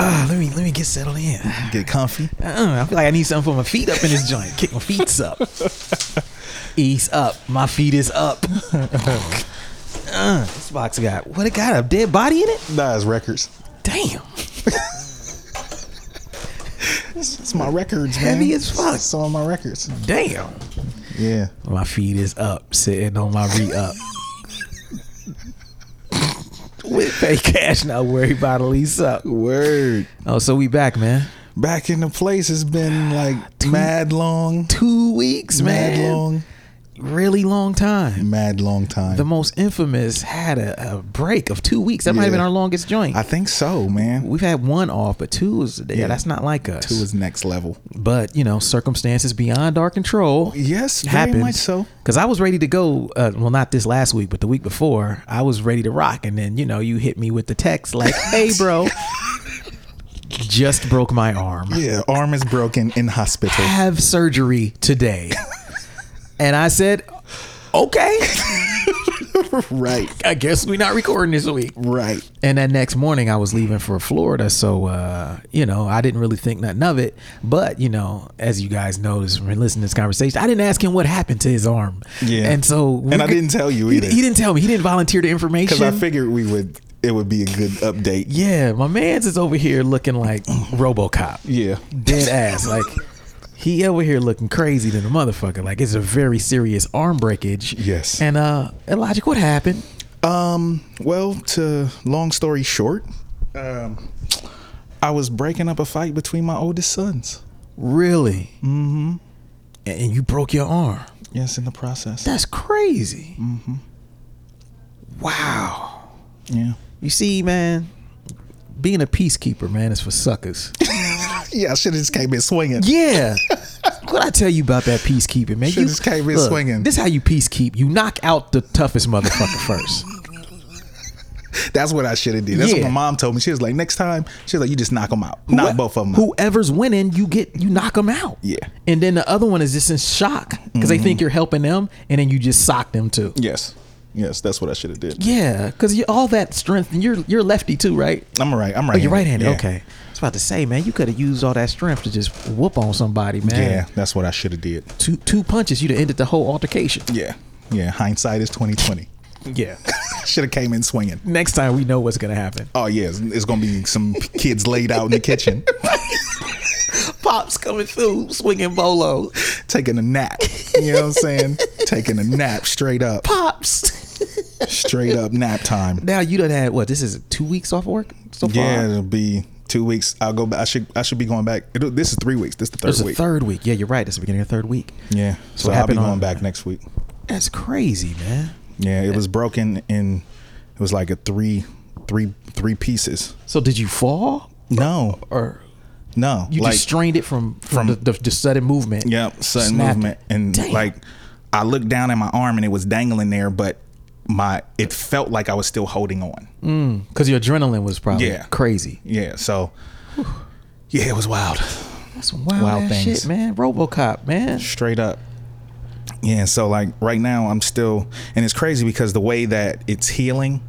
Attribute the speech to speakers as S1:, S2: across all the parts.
S1: Ah, let me let me get settled in.
S2: Get comfy.
S1: Uh, I feel like I need something for my feet up in this joint. Kick my feet up. Ease up. My feet is up. uh, this box got what it got a dead body in it.
S2: Nah, it's records.
S1: Damn.
S2: It's, it's my records, man.
S1: Heavy as fuck.
S2: It's all my records.
S1: Damn.
S2: Yeah.
S1: My feet is up, sitting on my re up. With pay cash, not worry about a lease up.
S2: Word.
S1: Oh, so we back, man.
S2: Back in the place. It's been like mad long.
S1: Two weeks, man.
S2: Mad long.
S1: Really long time.
S2: Mad long time.
S1: The most infamous had a, a break of two weeks. That might have
S2: Yeah.
S1: been our longest joint.
S2: I think so, man.
S1: We've had one off, but two is yeah,
S2: Yeah.
S1: that's not like us.
S2: Two is next level.
S1: but you know, circumstances beyond our control.
S2: Yes, very
S1: happens.
S2: much so.
S1: Because I was ready to go. Uh, well, not this last week, but the week before, I was ready to rock, and then you know, you hit me with the text like, "Hey, bro, just broke my arm.
S2: Yeah, arm is broken in hospital.
S1: Have surgery today." and I said, "Okay,
S2: right,
S1: I guess we're not recording this week."
S2: right.
S1: And that next morning, I was leaving for Florida, so uh, you know I didn't really think nothing of it. But you know, as you guys noticed when listening to this conversation, I didn't ask him what happened to his arm.
S2: Yeah.
S1: and so
S2: And I didn't tell you
S1: He-
S2: either.
S1: He, didn't tell me. He didn't volunteer the
S2: Because
S1: information.
S2: I figured we would. It would be a good update.
S1: yeah, my man's is over here looking like RoboCop,
S2: Yeah.
S1: dead ass. Like he over here looking crazy than a motherfucker. Like it's a very serious arm breakage.
S2: Yes.
S1: And uh, Logic, what happened?
S2: Um. Well, to long story short, um, I was breaking up a fight between my oldest sons.
S1: Really? Mm-hmm. and you broke your arm.
S2: Yes, in the process.
S1: That's crazy. Mm-hmm. Wow.
S2: Yeah.
S1: You see, man, being a peacekeeper, man, is for suckers.
S2: Yeah, I should have just came in swinging.
S1: Yeah. what I tell you about that peacekeeping, man?
S2: Shit just came in swinging.
S1: This how you peacekeep. You knock out the toughest motherfucker first.
S2: That's what I should have did. That's
S1: Yeah.
S2: what my mom told me. She was like, next time, she was like, you just knock them out, knock
S1: Whoe-
S2: both of them. out.
S1: Whoever's winning, you get you knock them out.
S2: Yeah. Mm-hmm.
S1: And then the other one is just in shock because they think you're helping them, and then you just sock them too.
S2: Yes, yes, that's what I should have did.
S1: Yeah, because all that strength, and you're you're lefty too, right?
S2: I'm right. I'm right.
S1: Oh, you're right handed. Okay. I was about to say, man, you could have used all that strength to just whoop on somebody, man.
S2: Yeah, that's what I should have did.
S1: Two two punches, you'd have ended the whole altercation.
S2: Yeah, yeah. Hindsight is 2020.
S1: Yeah.
S2: should have came in swinging.
S1: Next time we know what's gonna happen.
S2: Oh yeah, it's, it's gonna be some kids laid out in the kitchen
S1: Pops coming through, swinging bolo.
S2: taking a nap. You know what I'm saying? taking a nap straight up,
S1: Pops.
S2: straight up nap time.
S1: now you done had what? This is two weeks off work so far.
S2: Yeah, it'll be two weeks. I'll go. Back. I should. I should be going back. It'll, this is three weeks. This is the third
S1: It's the
S2: week.
S1: third week. Yeah, you're right. It's the beginning of the third week.
S2: Yeah.
S1: what
S2: So I'll be
S1: happened
S2: going
S1: on-
S2: back next week.
S1: That's crazy, man.
S2: Yeah, it was broken in. It was like a three, three, three pieces.
S1: So did you fall
S2: No,
S1: or
S2: no.
S1: you
S2: like,
S1: just strained it from from,
S2: from-
S1: the, the, the sudden movement?
S2: Yeah, sudden
S1: Snapped
S2: movement,
S1: it.
S2: and
S1: Damn.
S2: like I looked down at my arm and it was dangling there, but my it felt like I was still holding on.
S1: because your adrenaline was probably
S2: Yeah.
S1: crazy.
S2: Yeah, so yeah, it was wild,
S1: That's some wild,
S2: Wild
S1: ass
S2: things.
S1: shit, man. RoboCop, man.
S2: straight up. Yeah, so like right now I'm still, and it's crazy because the way that it's healing,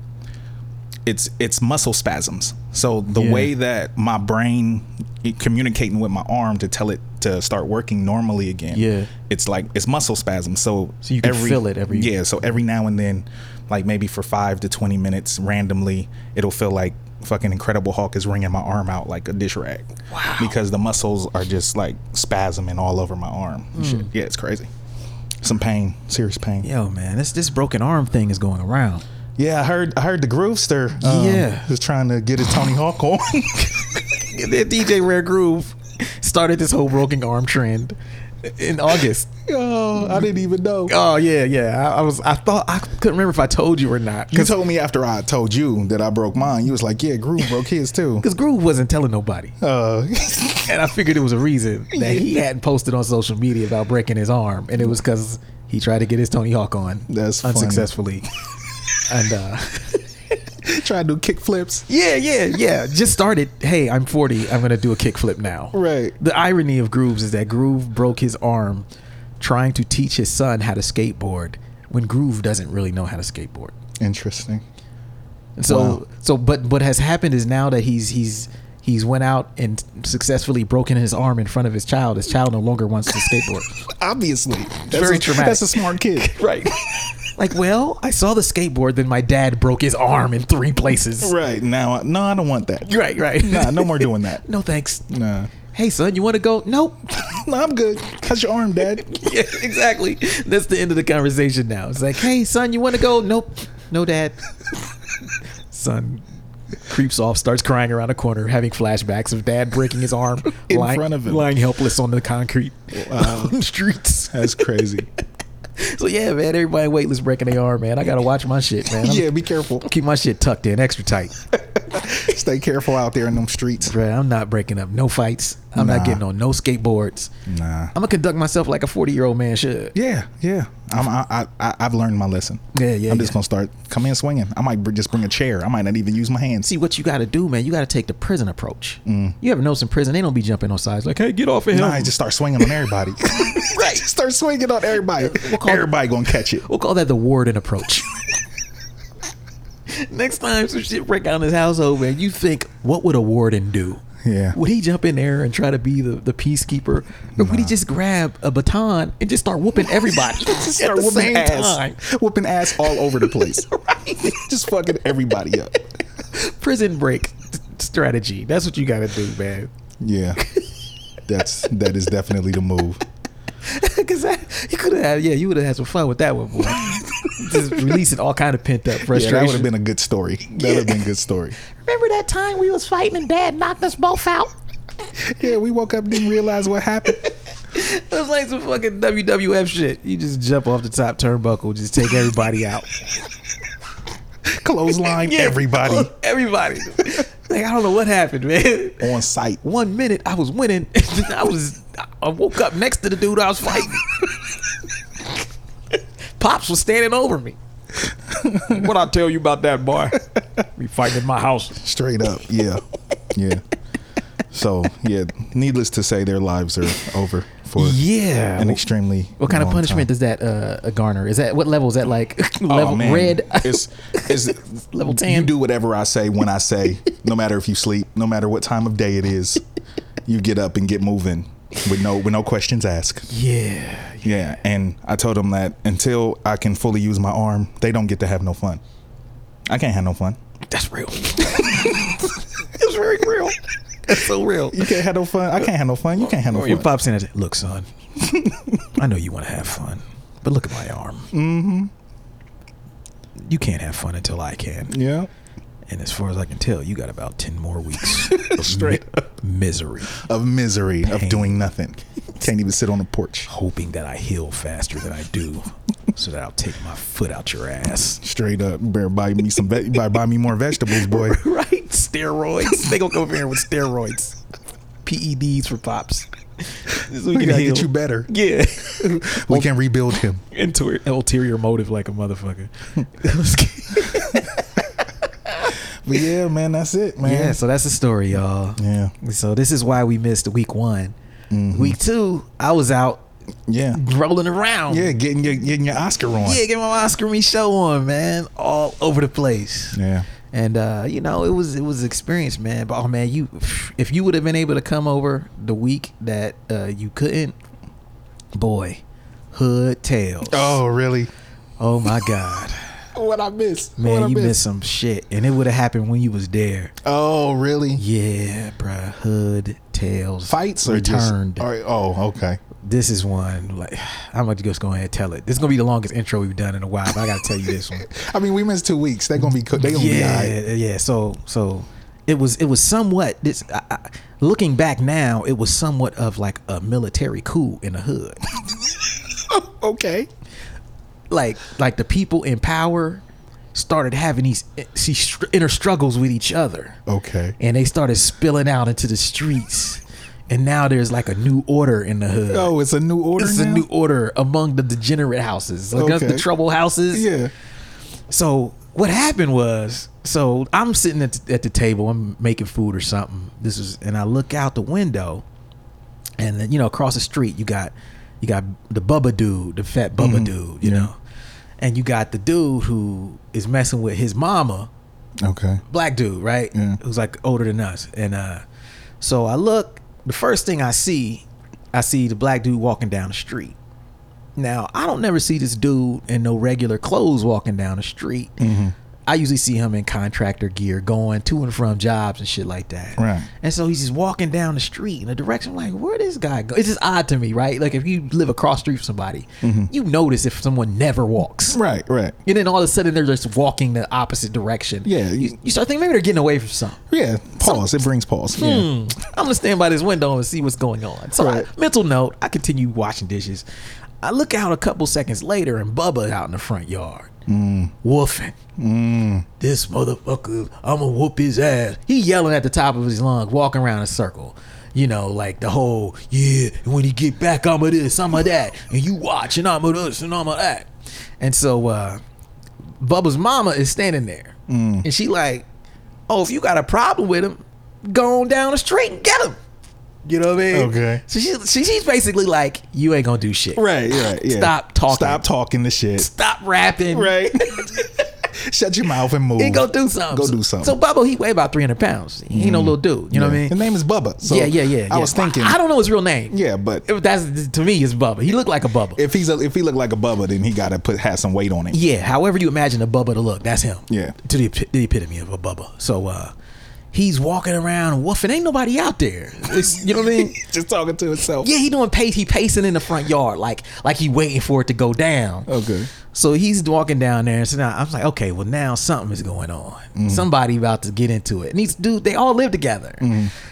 S2: it's it's muscle spasms. So the
S1: Yeah.
S2: way that my brain it communicating with my arm to tell it to start working normally again.
S1: Yeah.
S2: It's like it's muscle spasms. So
S1: So you can feel it every-
S2: Yeah, so every now and then like maybe for 5 to 20 minutes randomly it'll feel like fucking incredible hulk is wringing my arm out like a dish rag. Wow. Because the muscles are just like spasming all over my arm. and Shit.
S1: Mm.
S2: Yeah, it's crazy. Some pain, serious pain.
S1: Yo, man, this this broken arm thing is going around.
S2: Yeah, I heard. I heard the Groovester. Um,
S1: Yeah.
S2: is trying to get his Tony Hawk on.
S1: That DJ Rare Groove started this whole broken arm trend in August.
S2: oh, I didn't even know.
S1: Oh yeah, yeah. I, I was I thought I couldn't remember if I told you or not
S2: You
S1: because
S2: told me after I told you that I broke mine. You was like, "Yeah, Groove broke his too."
S1: Groove wasn't telling nobody,
S2: Uh,
S1: and I figured it was a reason that he hadn't posted on social media about breaking his arm, and it was because he tried to get his Tony Hawk on
S2: That's funny.
S1: unsuccessfully, and uh,
S2: trying to do kick flips.
S1: Yeah, yeah, yeah. Just started. Hey, I'm 40. I'm gonna do a kickflip now.
S2: Right.
S1: The irony of Grooves is that Groove broke his arm trying to teach his son how to skateboard when Groove doesn't really know how to skateboard.
S2: Interesting.
S1: And so,
S2: Wow.
S1: so, but what has happened is now that he's he's He's went out and successfully broken his arm in front of his child. His child no longer wants to skateboard.
S2: Obviously, that's
S1: Very
S2: a,
S1: traumatic.
S2: That's a smart kid,
S1: right. Like, well, I saw the skateboard, then my dad broke his arm in three places.
S2: right? Now, I- no, I don't want that.
S1: Right, right.
S2: Nah, no more doing that.
S1: No thanks.
S2: Nah,
S1: Hey son, you want to go? Nope.
S2: nah, I'm good. How's your arm, Dad?
S1: yeah, exactly. That's the end of the conversation now. It's like, hey son, you want to go? Nope. No dad. son creeps off, starts crying around a corner, having flashbacks of dad breaking his arm
S2: In
S1: lying,
S2: front of him.
S1: lying helpless on the concrete
S2: Wow.
S1: on the streets.
S2: That's crazy.
S1: So yeah, man, everybody weightless breaking their arm, man. I gotta watch my shit, man. I'm-
S2: yeah, be careful.
S1: Keep my shit tucked in, extra tight.
S2: Stay careful out there in them streets.
S1: Bruh, I'm not breaking up no fights. I'm
S2: Nah.
S1: not getting on no skateboards.
S2: Nah.
S1: I'm gonna conduct myself like a 40 year old man should.
S2: Yeah, yeah. I'm, I, I, I've learned my lesson.
S1: Yeah, yeah,
S2: I'm just
S1: yeah.
S2: gonna start come in swinging. I might br- just bring a chair. I might not even use my hands.
S1: See what you got to do, man. You got to take the prison approach.
S2: Mm.
S1: You ever notice in prison they don't be jumping on sides like, "Hey, get off of him."
S2: Nah, I just start swinging on everybody. right, just start swinging on everybody.
S1: call-
S2: Everybody gonna catch it.
S1: We'll call that the warden approach. Next time some shit break out in his household, man, you think, what would a warden do?
S2: Yeah.
S1: Would he jump in there and try to be the, the peacekeeper? Or would he just grab a baton and just start whooping everybody?
S2: Just start
S1: at the
S2: whooping
S1: same
S2: ass,
S1: time?
S2: whooping ass all over the place.
S1: Right.
S2: just fucking everybody up.
S1: Prison break strategy. That's what you got to do, man.
S2: Yeah, that's that is definitely the move.
S1: Because you could have, had- yeah, you would have had some fun with that one, boy. Just releasing all kind of pent up
S2: Yeah,
S1: frustration.
S2: that would have been a good story. That would have been a good story.
S3: Remember that time we was fighting and Dad knocked us both out?
S2: Yeah, we woke up didn't realize what happened.
S1: It's like some fucking WWF shit. You just jump off the top turnbuckle, just take everybody out.
S2: Clothesline everybody
S1: Everybody. Like I don't know what happened, man.
S2: on site.
S1: One minute I was winning, I was I woke up next to the dude I was fighting. Pops was standing over me. What I tell you about that boy? We fighting in my house.
S2: Straight up, yeah, yeah. So yeah, needless to say, their lives are over for
S1: Yeah.
S2: an extremely.
S1: What kind of
S2: long
S1: punishment
S2: time.
S1: does that uh, garner? Is that what level is that like? level
S2: oh, man.
S1: red.
S2: It's, it's
S1: Level
S2: You
S1: 10.
S2: do whatever I say when I say, no matter if you sleep, no matter what time of day it is, you get up and get moving with no with no questions asked.
S1: yeah.
S2: Yeah, and I told them that until I can fully use my arm, they don't get to have no fun. I can't have no fun.
S1: That's real. it's very real. That's so real.
S2: You can't have no fun. I can't have no fun. You can't have no
S1: Or your
S2: fun.
S1: pop's in it. Look, son. I know you want to have fun, but look at my arm. Mm-hmm. You can't have fun until I can,
S2: Yeah.
S1: and as far as I can tell, you got about ten more weeks of
S2: Straight
S1: mi- misery,
S2: Of misery, of
S1: Pain.
S2: doing nothing. Can't even sit on the porch.
S1: hoping that I heal faster than I do, so that I'll take my foot out your ass.
S2: Straight up, better buy me some. Ve- buy, buy me more vegetables, boy.
S1: Right? Steroids. they gonna come over here with steroids, PEDs for pops. So
S2: We gotta get you better.
S1: Yeah.
S2: We can rebuild him.
S1: Inter- ulterior motive like a motherfucker.
S2: But yeah, man, that's it, man.
S1: yeah, so that's the story, y'all.
S2: Yeah. Mm-hmm.
S1: So this is why we missed week one. Week two, I was out
S2: Yeah.
S1: rolling around.
S2: Yeah, getting your getting your Oscar on.
S1: Yeah, get my Oscar me show on, man. All over the place.
S2: Yeah.
S1: And uh, you know, it was it was an experience, man. But oh man, you if you would have been able to come over the week that uh, you couldn't, boy, hood tales.
S2: Oh, really?
S1: oh my God.
S2: What I miss? what I
S1: Man, you
S2: miss?
S1: missed some shit. And it would have happened when you was there.
S2: Oh, really?
S1: Yeah, bruh. Hood tales.
S2: Fights or
S1: returned.
S2: Just, all right, oh, okay.
S1: This is one like I'm gonna just go ahead and tell it. This is gonna be the longest intro we've done in a while, but I gotta tell you this one.
S2: I mean, we missed two weeks. They're gonna be cooked. They're gonna be all
S1: yeah, yeah. So so it was it was somewhat this I, I, looking back now, it was somewhat of like a military coup in the hood.
S2: right. Okay.
S1: like like the people in power started having these eh, see, str- inner struggles with each other.
S2: Okay.
S1: and they started spilling out into the streets. And now there's like a new order in the hood.
S2: Oh, it's a new order.
S1: it's a
S2: now?
S1: new order among the degenerate houses, like that's
S2: Okay.
S1: the trouble houses.
S2: Yeah.
S1: So what happened was, so I'm sitting at the, at the table, I'm making food or something. This is, and I look out the window, and then, you know across the street you got you got the Bubba dude, the fat Bubba dude, you know, and you got the dude who is messing with his mama
S2: Okay.
S1: black dude, right?
S2: Yeah.
S1: Who's like older than us. And uh So I look, the first thing I see, I see the black dude walking down the street. Now, I don't never see this dude in no regular clothes walking down the street.
S2: Mm-hmm.
S1: I usually see him in contractor gear going to and from jobs and shit like that.
S2: Right.
S1: And so he's just walking down the street in a direction I'm like, where this guy go? It's just odd to me, right? Like if you live across the street from somebody, you notice if someone never walks.
S2: Mm-hmm. Right, right.
S1: And then all of a sudden they're just walking the opposite direction.
S2: Yeah, you-
S1: You, you start thinking maybe they're getting away from something.
S2: Yeah, pause. it brings pause.
S1: Hmm.
S2: Yeah.
S1: I'm gonna stand by this window and see what's going on. So,
S2: Right.
S1: I, mental note: I continue washing dishes. I look out a couple seconds later, and Bubba out in the front yard, woofing. This motherfucker, I'ma whoop his ass. He yelling at the top of his lungs, walking around in a circle. You know, like the whole yeah. And when he get back, I'ma this, I'ma that, and you watch, and I'ma this, and I'ma that. And so, uh, Bubba's mama is standing there,
S2: Mm.
S1: and she like, "Oh, if you got a problem with him, go on down the street and get him." You know what I mean?
S2: Okay.
S1: So she, she she's basically like, "You ain't gonna do shit.
S2: Right, right. Yeah.
S1: Stop talking.
S2: Stop talking the shit.
S1: Stop rapping.
S2: Right. Shut your mouth and move.
S1: And go do something.
S2: Go
S1: So-
S2: do something.
S1: So
S2: Mm.
S1: Bubba, he weigh about three hundred pounds. He ain't no little dude. You know what I mean?
S2: His name is Bubba. So
S1: yeah, yeah, yeah.
S2: I
S1: yeah.
S2: was thinking.
S1: I, I don't know his real name.
S2: Yeah, but
S1: It- that's to me is Bubba. He looked like a Bubba.
S2: if he's a, if he looked like a Bubba, then he got to put have some weight on him.
S1: Yeah, however you imagine a Bubba to look, that's him.
S2: Yeah.
S1: To the, epi- the epitome of a Bubba. So uh he's walking around woofing. Ain't nobody out there. It's- you know what I mean?
S2: Just talking to himself.
S1: Yeah, he doing pace. He pacing in the front yard, like like he waiting for it to go down.
S2: Okay.
S1: So he's walking down there, and so now I'm like, okay, well now something is going on. Somebody about to get into it. And these dude, they all live together.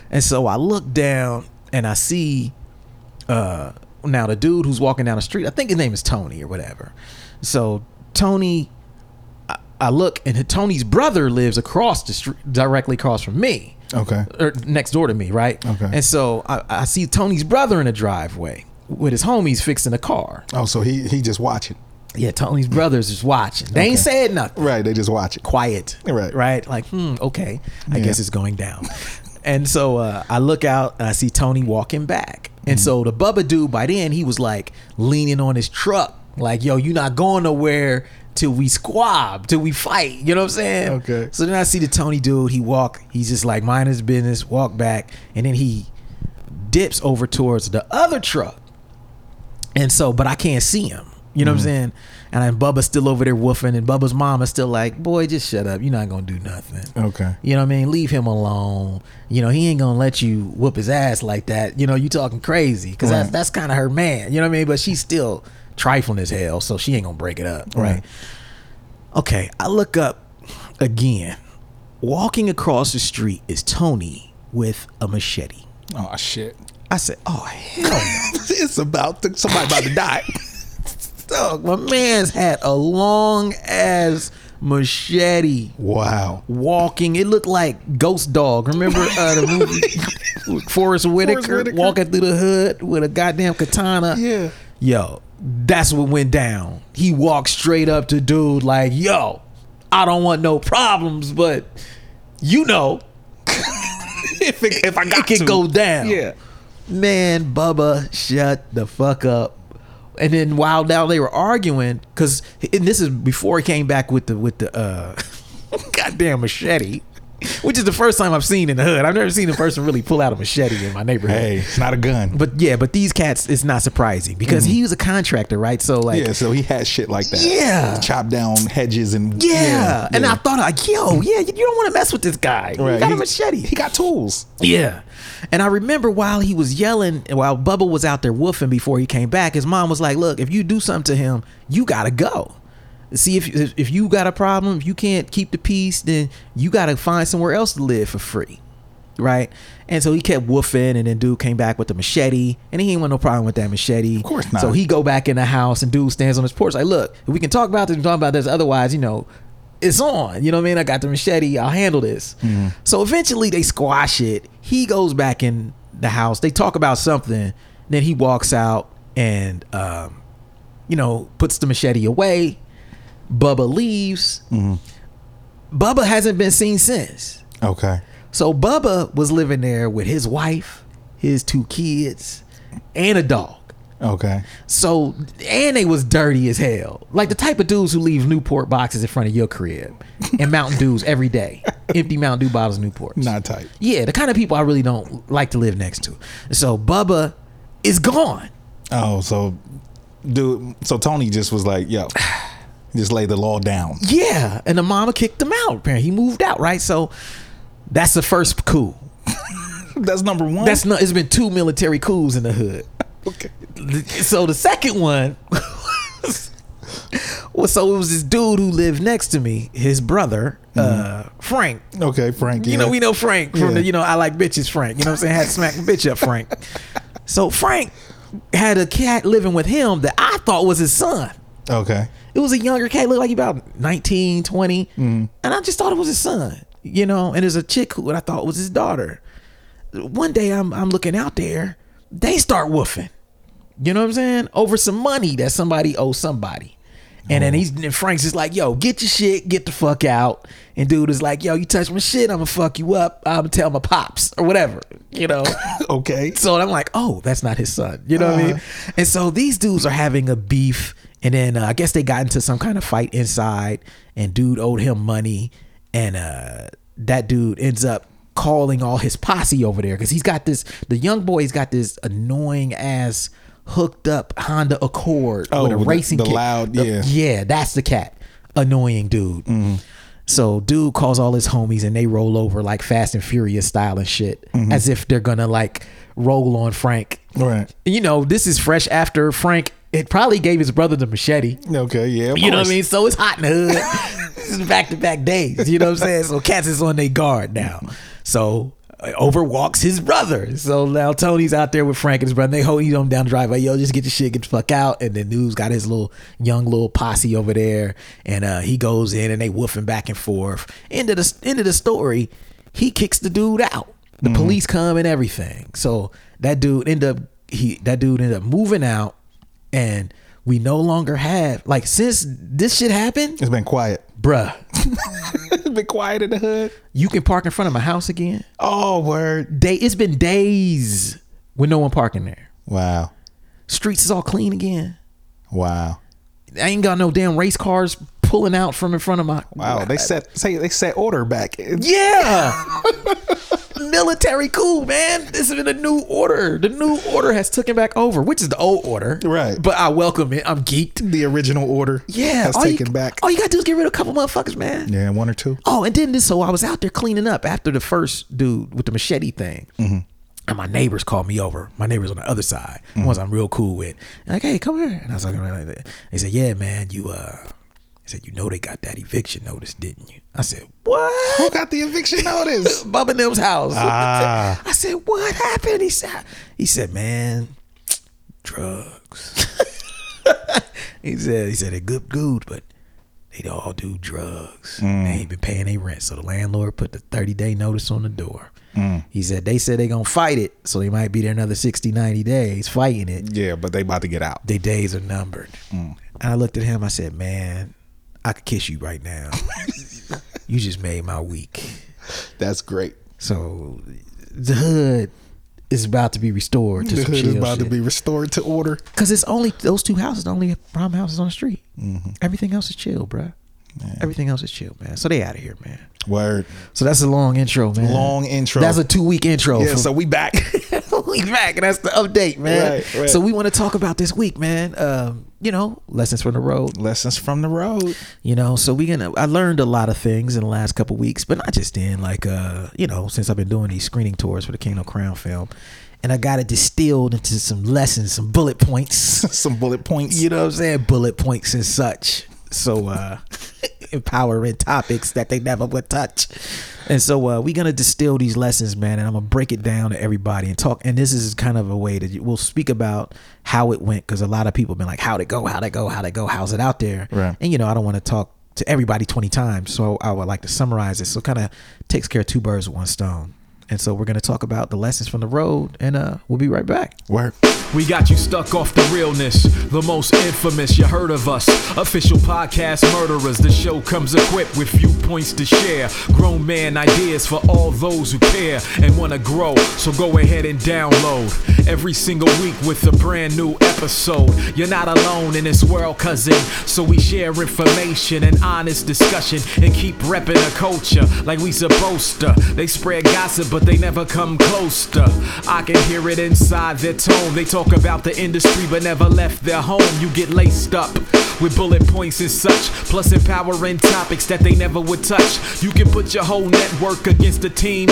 S1: And so I look down and I see uh now the dude who's walking down the street. I think his name is Tony or whatever. So Tony, I, I look and Tony's brother lives across the street, directly across from me
S2: Okay.
S1: or er, next door to me, right?
S2: Okay.
S1: And so I, I see Tony's brother in the driveway with his homies fixing a car.
S2: Oh, so he he just watching.
S1: Yeah, Tony's brothers is watching. They ain't said nothing.
S2: Right. They just watching.
S1: Quiet.
S2: Right.
S1: Right. Like, hmm, okay. I
S2: Yeah.
S1: guess it's going down. And so uh, I look out and I see Tony walking back. And so the Bubba dude, by then, he was like leaning on his truck, like, yo, you not going nowhere till we squab, till we fight. You know what I'm saying?
S2: Okay.
S1: So then I see the Tony dude. He walk. He's just like mind his business, walk back, and then he dips over towards the other truck. And so, but I can't see him. You
S2: Mm-hmm.
S1: know what I'm saying? And then Bubba's still over there woofing, and Bubba's mom is still like, "Boy, just shut up. You're not gonna do nothing."
S2: Okay.
S1: You know what I mean? Leave him alone. You know he ain't gonna let you whoop his ass like that. You know you talking crazy because that's
S2: Right.
S1: that's kind of her man. You know what I mean? But she's still trifling as hell, so she ain't gonna break it up,
S2: Right.
S1: right? Okay, I look up again. Walking across the street is Tony with a machete.
S2: Oh shit.
S1: I said, "Oh hell no!"
S2: it's about to, somebody about to die.
S1: Dog, my man's had a long ass machete
S2: Wow.
S1: walking. It looked like Ghost Dog. Remember uh, the movie with Forrest Whitaker,
S2: Whitaker.
S1: walking through the hood with a goddamn katana?
S2: Yeah.
S1: Yo, that's what went down. He walked straight up to dude like, yo, I don't want no problems, but you know,
S2: if it, if I
S1: it can go down.
S2: Yeah.
S1: Man, Bubba, shut the fuck up. And then while now they were arguing, cause and this is before he came back with the with the uh goddamn machete. Which is the first time I've seen in the hood. I've never seen a person really pull out a machete in my neighborhood.
S2: Hey, it's not a gun.
S1: But yeah, but these cats, it's not surprising because he was a contractor, right? So like
S2: Mm. yeah, so he had shit like that.
S1: Yeah.
S2: Chop down hedges and
S1: Yeah. And I
S2: yeah.
S1: thought, like, yo, yeah, you you don't want to mess with this guy.
S2: Right.
S1: He got
S2: He-
S1: a machete.
S2: he got tools.
S1: Yeah. And I remember while he was yelling, while Bubba was out there woofing before he came back, his mom was like, look, if you do something to him, you got to go. See, if, if, if you got a problem, if you can't keep the peace, then you got to find somewhere else to live for free. Right. And so he kept woofing and then dude came back with the machete and he ain't want no problem with that machete. Of
S2: course not.
S1: So he go back in the house and dude stands on his porch like, look, if we can talk about this and talk about this, otherwise, you know, it's on. You know what I mean? I got the machete. I'll handle this.
S2: Mm-hmm.
S1: So eventually they squash it. He goes back in the house. They talk about something. Then he walks out and, um, you know, puts the machete away. Bubba leaves.
S2: Mm-hmm.
S1: Bubba hasn't been seen since.
S2: Okay.
S1: So Bubba was living there with his wife, his two kids, and a dog.
S2: Okay.
S1: So and they was dirty as hell. Like the type of dudes who leave Newport boxes in front of your crib and Mountain Dews every day. empty Mountain Dew bottles, Newports.
S2: Not tight.
S1: Yeah, the kind of people I really don't like to live next to. So Bubba is gone.
S2: Oh, so dude, so Tony just was like, yo, just lay the law down.
S1: Yeah, and the mama kicked him out. Apparently, he moved out. Right, so that's the first coup.
S2: That's number one.
S1: That's not. It's been two military coups in the hood.
S2: okay.
S1: So the second one was was- so it was this dude who lived next to me, his brother, uh, Frank.
S2: Okay, Frank.
S1: You know, we know Frank from the
S2: Yeah.
S1: you know I like bitches Frank. You know what I'm saying? Had to smack the bitch up Frank. So Frank had a cat living with him that I thought was his son.
S2: Okay.
S1: It was a younger cat, looked like he about 19, 20. And I just thought it was his son, you know. And there's a chick who I thought was his daughter. One day I'm I'm looking out there, they start woofing. You know what I'm saying? Over some money that somebody owes somebody. And then he's and Frank's just like, yo, get your shit, get the fuck out. And dude is like, yo, you touch my shit, I'ma fuck you up. I'ma tell my pops or whatever. You know?
S2: Okay.
S1: So I'm like, oh, that's not his son. You know what I mean?
S2: Uh-huh.
S1: And so these dudes are having a beef, and then uh, I guess they got into some kind of fight inside, and dude owed him money, and uh, that dude ends up calling all his posse over there because he's got this. The young boy's got this annoying ass hooked up Honda Accord
S2: Oh,
S1: with a
S2: with the-
S1: racing
S2: the
S1: kick.
S2: loud- yeah.
S1: yeah, that's the cat. Annoying dude. So dude calls all his homies and they roll over like Fast and Furious style and shit, as if they're gonna like roll on Frank.
S2: Right.
S1: You know, this is fresh after Frank. It probably gave his brother the machete.
S2: Okay. Yeah. of
S1: You know what
S2: course.
S1: I mean? So it's hot in the hood. this is back to back days. You know what I'm saying? So cats is on their guard now. So uh, over walks his brother. So now Tony's out there with Frank and his brother. They hold him down the driveway. Yo, just get your shit, get the fuck out. And then News got his little young little posse over there, and uh, he goes in and they woofing back and forth. End of the end of the story. He kicks the dude out.
S2: Mm-hmm.
S1: The police come and everything. So that dude end up he that dude ended up moving out and we no longer have like since this shit happened,
S2: It's been quiet.
S1: bruh.
S2: it's been quiet in the hood.
S1: You can park in front of my house again.
S2: Oh, word.
S1: Day it's been days with no one parking there.
S2: Wow.
S1: Streets is all clean again.
S2: Wow.
S1: I ain't got no damn race cars pulling out from in front of my
S2: Wow. They set say they set order back. It's-
S1: Yeah. Military coup, man. This has been a new order. The new order has taken back over, which is the old order.
S2: Right.
S1: But I welcome it. I'm geeked.
S2: The original order.
S1: Yeah.
S2: Has
S1: all you-
S2: taken back.
S1: All you gotta do is get rid of a couple motherfuckers, man.
S2: Yeah, one or two.
S1: Oh, and then this, so I was out there cleaning up after the first dude with the machete thing. And my neighbors called me over. My neighbors on the other side, the ones I'm real cool with. And like, hey, come here. And I was like, like that. They said, yeah, man, you, uh, they said, you know, they got that eviction notice, didn't you? I said,
S2: Who
S1: what?
S2: got the eviction notice?
S1: Bubba Nim's house.
S2: Ah.
S1: I said, what happened? He said, he said, man, drugs. he said, he said, they're good dudes, but they all do drugs. They ain't been paying their rent. So the landlord put the 30 day notice on the door. He said, they said they going to fight it. So they might be there another 60, 90 days fighting it.
S2: yeah, but they about to get out.
S1: Their days are numbered. And I looked at him. I said, man, I could kiss you right now. you just made my week.
S2: That's great.
S1: So the hood is about to be restored to
S2: The
S1: some
S2: hood is
S1: chill
S2: about to
S1: shit.
S2: be restored to order.
S1: Cause it's only those two houses, the only prime houses on the street.
S2: Mm-hmm.
S1: Everything else is chill, bruh. Everything else is chill, man. So they out of here, man.
S2: Word.
S1: So that's a long intro, man.
S2: Long intro.
S1: That's a two week intro.
S2: Yeah,
S1: for-
S2: so we back.
S1: we back, and that's the update, man.
S2: Right, right.
S1: So we want to talk about this week, man. Um, you know, lessons from the road.
S2: Lessons from the road.
S1: you know so we gonna i learned a lot of things in the last couple weeks but not just in like uh you know since i've been doing these screening tours for the king of crown film and i got it distilled into some lessons some bullet points
S2: Some bullet points.
S1: you know what i'm saying bullet points and such so uh empowering topics that they never would touch and so uh we gonna distill these lessons man and i'm gonna break it down to everybody and talk and this is kind of a way that you- we'll speak about how it went because a lot of people been like how'd it go how'd it go how'd it go how's it out there
S2: Right.
S1: and you know, I don't want to talk to everybody 20 times. So I would like to summarize it. So kind of takes care of two birds with one stone. And so we're going to talk about the lessons from the road and uh, we'll be right back.
S2: Word.
S4: We got you stuck off the realness, the most infamous you heard of us. Official podcast murderers, the show comes equipped with viewpoints to share. Grown man ideas for all those who care and want to grow, so go ahead and download every single week with a brand new episode. You're not alone in this world, cousin. So we share information and honest discussion and keep repping a culture like we supposed to. They spread gossip, but they never come close to. I can hear it inside their tone. They talk about the industry, but never left their home. You get laced up with bullet points and such, plus empowering topics that they never would touch. You can put your whole network against a team,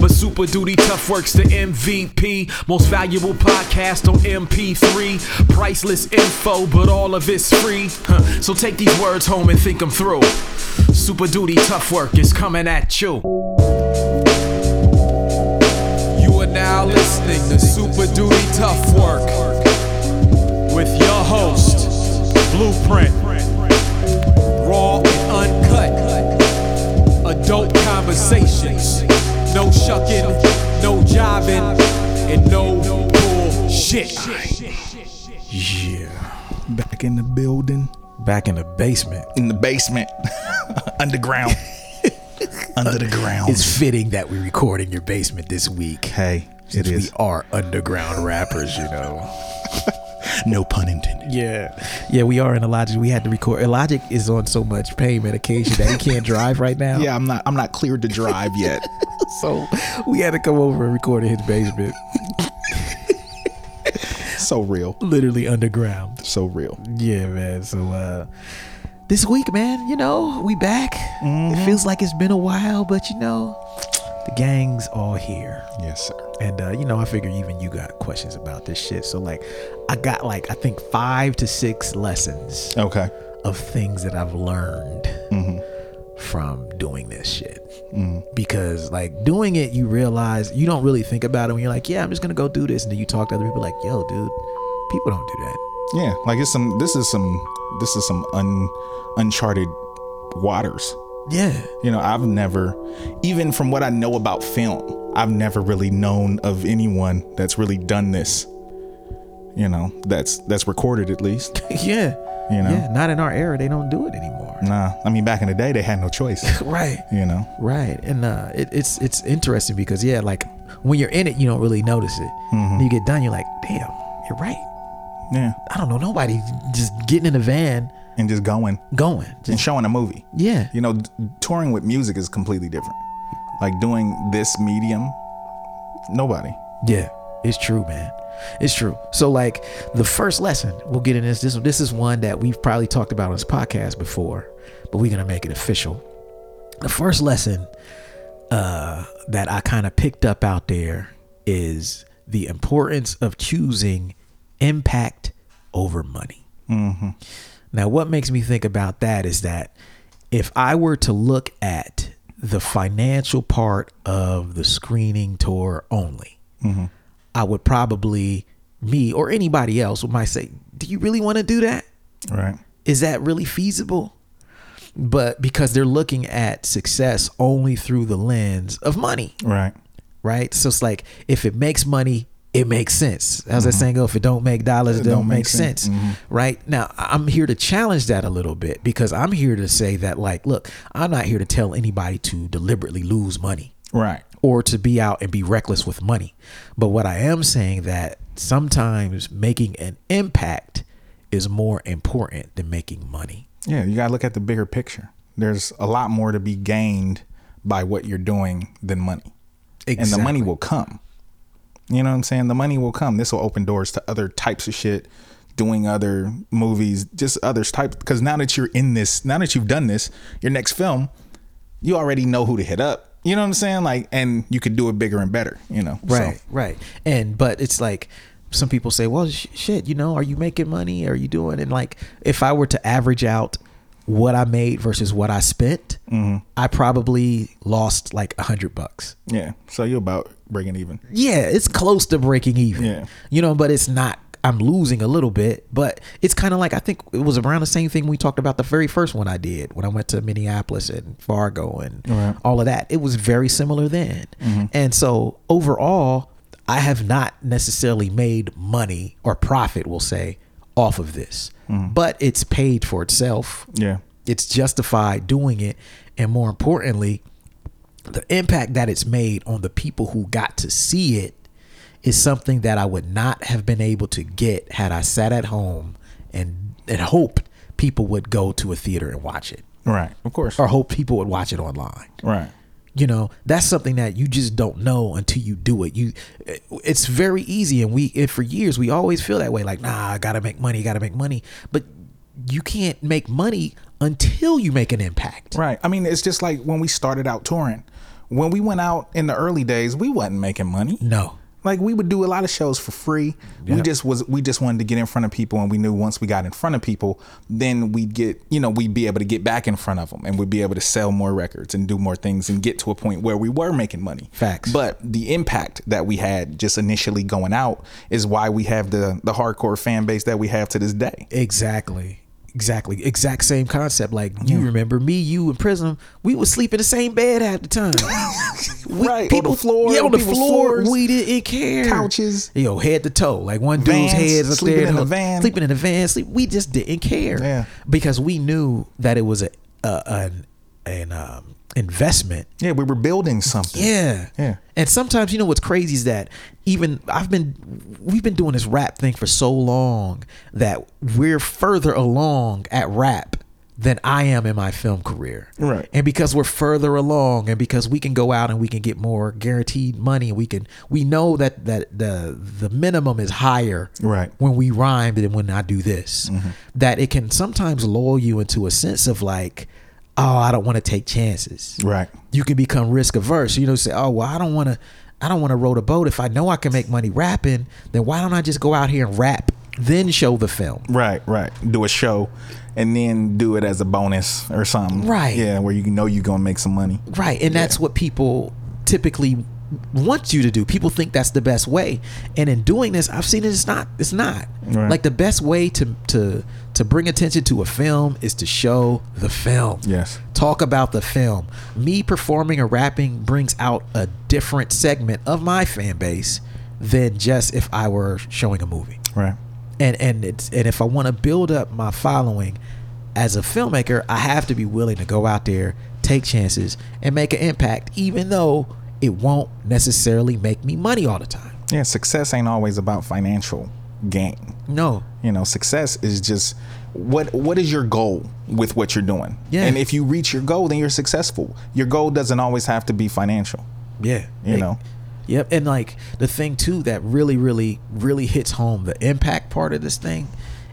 S4: but Super Duty Tough works the MVP, most valuable podcast on MP3. Priceless info, but all of it's free. Huh. So take these words home and think them through. Super Duty Tough Work is coming at you. You are now listening to Super Duty Tough Work with your host, Blueprint. Raw and uncut. Adult conversations. No shucking, no jiving, and no bullshit.
S1: Yeah.
S2: Back in the building,
S1: Back in the basement.
S2: in the basement, underground, under the ground.
S1: It's fitting that we record in your basement this week.
S2: hey, it
S1: Since
S2: is.
S1: We are underground rappers, you know.
S2: No pun intended.
S1: Yeah, yeah, we are in Illogic. We had to record. Illogic is on so much pain medication that he can't drive right now.
S2: Yeah, I'm not. I'm not cleared to drive yet.
S1: so we had to come over and record in his basement,
S2: so real.
S1: literally underground.
S2: So real.
S1: Yeah, man. So uh this week, man, you know, we back. It feels like it's been a while, but you know, the gang's all here.
S2: Yes, sir.
S1: And uh, you know, I figure even you got questions about this shit. So like I got like I think five to six lessons
S2: Okay.
S1: of things that I've learned from doing this shit. Because like doing it, you realize you don't really think about it when you're like, yeah, I'm just gonna go do this. And then you talk to other people like, yo, dude, people don't do that.
S2: Yeah, like it's some. This is some. This is some un, uncharted waters.
S1: Yeah.
S2: You know, I've never, even from what I know about film, I've never really known of anyone that's really done this. You know, that's that's recorded at least.
S1: yeah.
S2: You know?
S1: Yeah, not in our era. They don't do it anymore.
S2: Nah, I mean, back in the day, they had no choice.
S1: Right.
S2: You know,
S1: Right. And uh, it, it's it's interesting because yeah, like when you're in it, you don't really notice it. When you get done, you're like, damn, you're right.
S2: yeah,
S1: I don't know nobody just getting in a van
S2: and just going
S1: going.
S2: and
S1: Just,
S2: showing a movie.
S1: yeah.
S2: You know, d- touring with music is completely different. Like doing this medium, nobody.
S1: Yeah, it's true, man. It's true. So like the first lesson, we'll get in this. This this is one that we've probably talked about on this podcast before, but we're gonna make it official. The first lesson uh, that I kind of picked up out there is the importance of choosing impact over money. Now, what makes me think about that is that if I were to look at the financial part of the screening tour only, I would probably, me or anybody else, might say, Do you really want to do that?
S2: Right.
S1: Is that really feasible? But because they're looking at success only through the lens of money
S2: Right.
S1: right? So it's like if it makes money, it makes sense. How's that saying go? If it don't make dollars, Mm-hmm. it don't, make, sense, Mm-hmm. right? Now I- I'm here to challenge that a little bit because I'm here to say that like, look, I'm not here to tell anybody to deliberately lose money
S2: Right.
S1: or to be out and be reckless with money. But what I am saying that sometimes making an impact is more important than making money.
S2: Yeah, you got to look at the bigger picture. There's a lot more to be gained by what you're doing than money. And the money will come. You know what I'm saying? The money will come. This will open doors to other types of shit, doing other movies, just other types. Because now that you're in this, now that you've done this, your next film, you already know who to hit up. You know what I'm saying? Like, and you could do it bigger and better, you know? So,
S1: right right and but it's like some people say well sh- shit you know are you making money are you doing and like if i were to average out what i made versus what i spent i probably lost like a hundred bucks
S2: yeah. So you're about breaking even.
S1: yeah it's close to breaking even
S2: Yeah.
S1: you know but it's not i'm losing a little bit but it's kind of like i think it was around the same thing we talked about the very first one i did when i went to minneapolis and fargo and all of that it was very similar then and so overall i have not necessarily made money or profit we'll say off of this but it's paid for itself
S2: Yeah.
S1: it's justified doing it and more importantly the impact that it's made on the people who got to see it is something that I would not have been able to get had I sat at home and and hoped people would go to a theater and watch it
S2: Right. Of course.
S1: or hope people would watch it online.
S2: Right.
S1: You know, that's something that you just don't know until you do it. You it's very easy and we and for years we always feel that way like nah, I got to make money, got to make money, but you can't make money until you make an impact.
S2: Right. I mean, it's just like when we started out touring. When we went out in the early days, we wasn't making money.
S1: No.
S2: Like we would do a lot of shows for free. We just was we just wanted to get in front of people and we knew once we got in front of people, then we'd get, you know, we'd be able to get back in front of them and we'd be able to sell more records and do more things and get to a point where we were making money.
S1: Facts.
S2: But the impact that we had just initially going out is why we have the the hardcore fan base that we have to this day.
S1: Exactly. Exactly. Exact same concept. Like you remember me, you and Prism, we would sleep in the same bed half the time. We-
S2: Right, on the floor,
S1: Yeah, on the
S2: people's
S1: floor.
S2: floors,
S1: We didn't care.
S2: couches.
S1: Yo, head to toe. Like one dude's
S2: Vans,
S1: heads up
S2: sleeping
S1: there.
S2: in the
S1: ho-
S2: van.
S1: Sleeping in the van. Sleep we just didn't care.
S2: Yeah.
S1: Because we knew that it was a, a an an um, investment
S2: Yeah, we were building something.
S1: yeah.
S2: Yeah.
S1: And sometimes you know what's crazy is that even I've been we've been doing this rap thing for so long that we're further along at rap than I am in my film career.
S2: Right.
S1: And because we're further along and because we can go out and we can get more guaranteed money and we can we know that that the the minimum is higher
S2: Right. Mm-hmm.
S1: when we rhyme than when I do this. That it can sometimes lull you into a sense of like, oh, I don't want to take chances
S2: Right.
S1: you can become risk averse. You know, say, oh well, I don't want to, I don't want to row the boat. If I know I can make money rapping, then why don't I just go out here and rap, then show the film?
S2: Right, right. Do a show and then do it as a bonus or something.
S1: Right.
S2: Yeah, where you know you're going to make some money.
S1: Right, and that's what people typically want you to do. People think that's the best way, and in doing this, I've seen it, it's not. It's not
S2: Right.
S1: like the best way to to to bring attention to a film is to show the film.
S2: Yes.
S1: talk about the film. Me performing or rapping brings out a different segment of my fan base than just if I were showing a movie
S2: Right.
S1: and and it's and if I want to build up my following as a filmmaker, I have to be willing to go out there, take chances, and make an impact, even though it won't necessarily make me money all the time.
S2: Yeah, success ain't always about financial gain.
S1: No,
S2: You know, success is just what what is your goal with what you're doing?
S1: Yeah.
S2: And if you reach your goal, then you're successful. Your goal doesn't always have to be financial,
S1: yeah,
S2: you know.
S1: Yep. And like the thing too that really, really, really hits home the impact part of this thing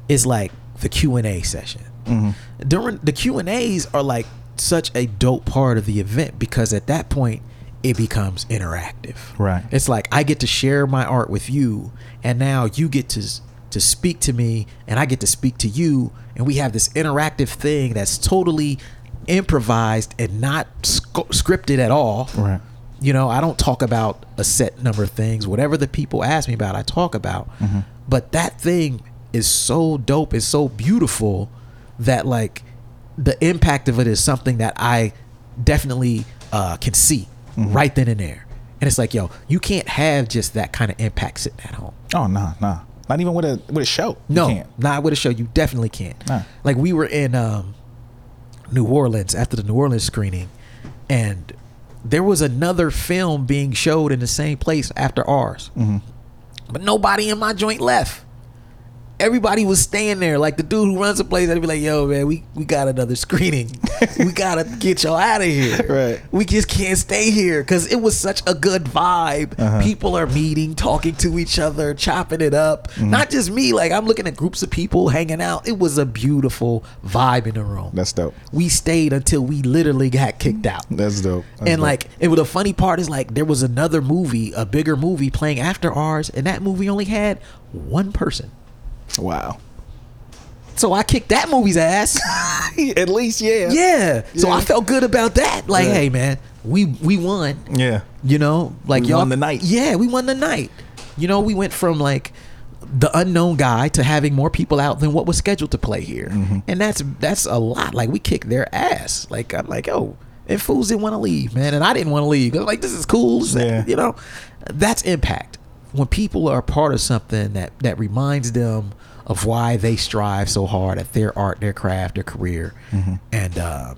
S1: is like the Q and A session.
S2: Mm-hmm.
S1: During the Q and A's are like such a dope part of the event because at that point it becomes interactive.
S2: Right.
S1: It's like I get to share my art with you, and now you get to s- to speak to me, and I get to speak to you, and we have this interactive thing that's totally improvised and not sc- scripted at all.
S2: Right.
S1: You know, I don't talk about a set number of things. Whatever the people ask me about, I talk about. But that thing is so dope, it's so beautiful that like the impact of it is something that I definitely uh, can see right then and there. And it's like, yo, you can't have just that kind of impact sitting at home.
S2: Oh, nah, nah. Not even with a with a show. You
S1: No,
S2: can't.
S1: not with a show. You definitely can't.
S2: No.
S1: Like we were in um, New Orleans after the New Orleans screening, and there was another film being showed in the same place after ours,
S2: Mm-hmm.
S1: but nobody in my joint left. Everybody was staying there. Like the dude who runs the place, I'd be like, "Yo, man, we, we got another screening. we gotta get y'all out of here.
S2: Right.
S1: We just can't stay here because it was such a good vibe.
S2: Uh-huh.
S1: People are meeting, talking to each other, chopping it up.
S2: Mm-hmm.
S1: Not just me. Like I'm looking at groups of people hanging out. It was a beautiful vibe in the room.
S2: That's dope.
S1: we stayed until we literally got kicked out.
S2: That's dope. That's
S1: and
S2: dope.
S1: like, it was the funny part is like there was another movie, a bigger movie playing after ours, and that movie only had one person.
S2: wow.
S1: So I kicked that movie's ass.
S2: At least yeah.
S1: yeah. So
S2: Yeah.
S1: I felt good about that. Like,
S2: Yeah.
S1: hey man, we we won.
S2: Yeah.
S1: You know, like
S2: We
S1: y'all
S2: won the night.
S1: Yeah, we won the night. You know, we went from like the unknown guy to having more people out than what was scheduled to play here, and that's that's a lot. Like we kicked their ass. Like I'm like, oh, and fools didn't want to leave, man, and I didn't want to leave. I'm like, this is cool. This is-
S2: Yeah.
S1: You know, that's impact. When people are a part of something that that reminds them of why they strive so hard at their art, their craft, their career, and. Uh,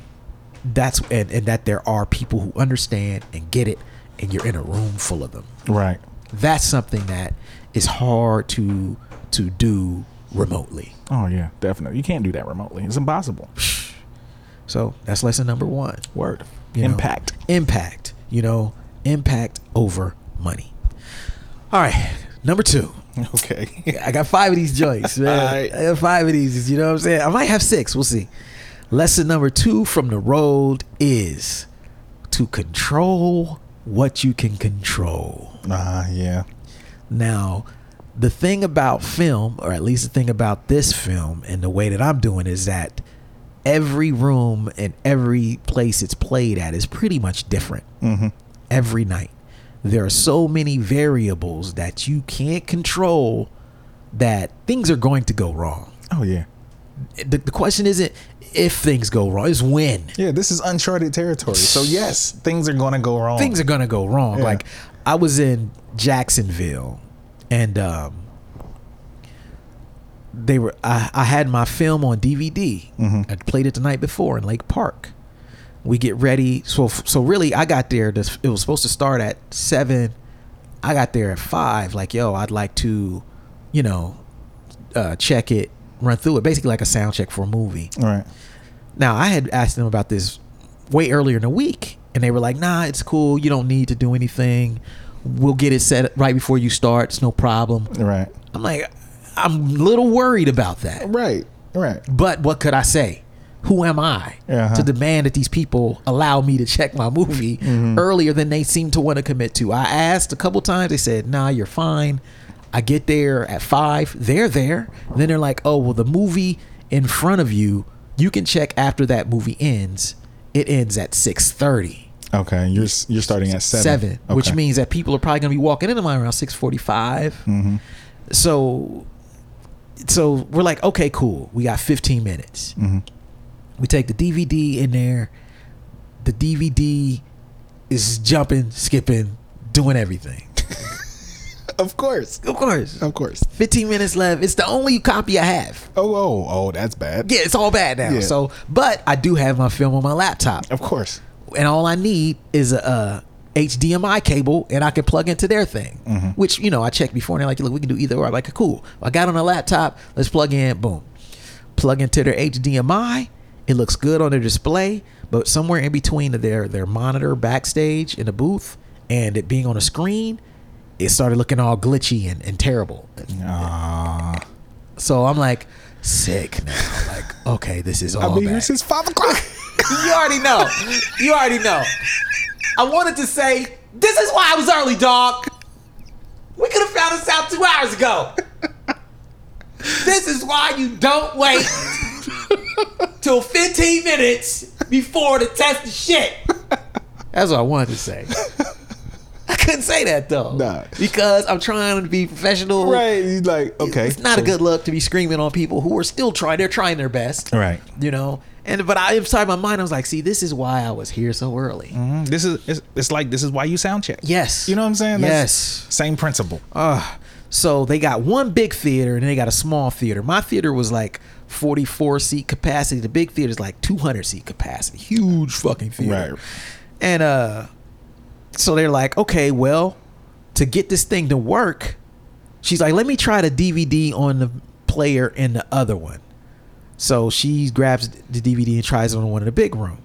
S1: that's and, and that there are people who understand and get it and you're in a room full of them
S2: Right.
S1: that's something that is hard to to do remotely.
S2: Oh yeah, definitely. You can't do that remotely. It's impossible.
S1: So that's lesson number one.
S2: Word.
S1: you know.
S2: Impact.
S1: Impact. You know, impact over money. All right. Number two.
S2: Okay.
S1: I got five of these joints, man.
S2: Alright.
S1: I got five of these. You know what I'm saying? I might have six. We'll see. Lesson number two from the road is to control what you can control.
S2: Ah yeah.
S1: Now, the thing about film, or at least the thing about this film and the way that I'm doing, is that every room and every place it's played at is pretty much different every night. There are so many variables that you can't control that things are going to go wrong.
S2: Oh yeah.
S1: The, the question isn't if things go wrong, it's when.
S2: Yeah, this is uncharted territory. So yes, things are gonna go wrong.
S1: things are gonna go wrong.
S2: Yeah.
S1: Like I was in Jacksonville, and um, they were. I, I had my film on DVD.
S2: Mm-hmm.
S1: I played it the night before in Lake Park. We get ready. So so really, I got there. This, it was supposed to start at seven. I got there at five. Like yo, I'd like to, you know, uh, check it, run through it. Basically, like a sound check for a movie.
S2: right.
S1: Now I had asked them about this way earlier in the week, and they were like, "Nah, it's cool. You don't need to do anything. We'll get it set right before you start. It's no problem."
S2: Right.
S1: I'm like, I'm a little worried about that,
S2: Right. Right.
S1: but what could I say? Who am I
S2: Uh-huh.
S1: to demand that these people allow me to check my movie earlier than they seem to want to commit to? I asked a couple times. They said, "Nah, you're fine." I get there at five. They're there. Then they're like, "Oh, well, the movie in front of you, you can check after that movie ends. It ends at six thirty
S2: Okay. You're s- you're starting at seven.
S1: seven, which
S2: Okay.
S1: means that people are probably going to be walking into mine around six
S2: Mm-hmm.
S1: So, so we're like, okay, cool. We got fifteen minutes.
S2: Mm-hmm.
S1: We take the DVD in there. The DVD is jumping, skipping, doing everything.
S2: Of course.
S1: Of course,
S2: Of course.
S1: fifteen minutes left. It's the only copy I have.
S2: Oh oh oh, that's bad.
S1: Yeah, it's all bad now.
S2: Yeah.
S1: So, but I do have my film on my laptop.
S2: Of course.
S1: and all I need is a, uh HDMI cable, and I can plug into their thing. Which you know I checked before, and they're like, "Look, we can do either or." I'm like, "Cool." I got on a laptop. Let's plug in. Boom. Plug into their HDMI. It looks good on their display, but somewhere in between their their monitor backstage in the booth and it being on a screen, it started looking all glitchy and, and terrible.
S2: Ah.
S1: So I'm like, sick now. Like, okay, this is all.
S2: I'll be
S1: bad.
S2: here since five o'clock.
S1: You already know. You already know. I wanted to say, this is why I was early, dog. We could have found this out two hours ago. This is why you don't wait till 15 minutes before to test the shit. That's what I wanted to say. I couldn't say that though.
S2: Nah.
S1: Because I'm trying to be professional.
S2: right. He's like, okay.
S1: It's not a
S2: so-
S1: good look to be screaming on people who are still trying. They're trying their best.
S2: Right.
S1: You know. And but I inside my mind, I was like, see, this is why I was here so early.
S2: Mm, This is it's, it's like this is why you sound check.
S1: Yes.
S2: You know what I'm saying?
S1: Yes.
S2: Same principle.
S1: Ugh. so they got one big theater and they got a small theater. My theater was like 44 seat capacity. The big theater is like 200 seat capacity. Huge fucking theater.
S2: Right.
S1: And uh, so they're like, okay, well, to get this thing to work, she's like, let me try the DVD on the player in the other one. So she grabs the DVD and tries it on one in the big room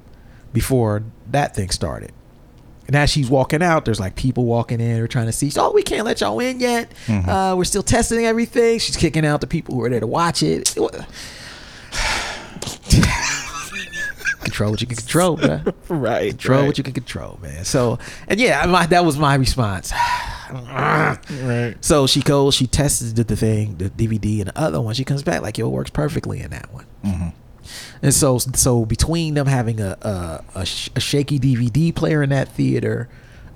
S1: before that thing started. And as she's walking out, there's like people walking in or trying to see. Oh, we can't let y'all in yet. Uh, we're still testing everything. She's kicking out the people who are there to watch it. It wa- control what you can control, bruh.
S2: Right.
S1: Control what you can control, man. So, and yeah, my, that was my response.
S2: Right.
S1: So she goes, she tests the, the thing, the DVD, and the other one. She comes back like, yo, it works perfectly in that one. And so, so between them having a a, a, sh- a shaky DVD player in that theater,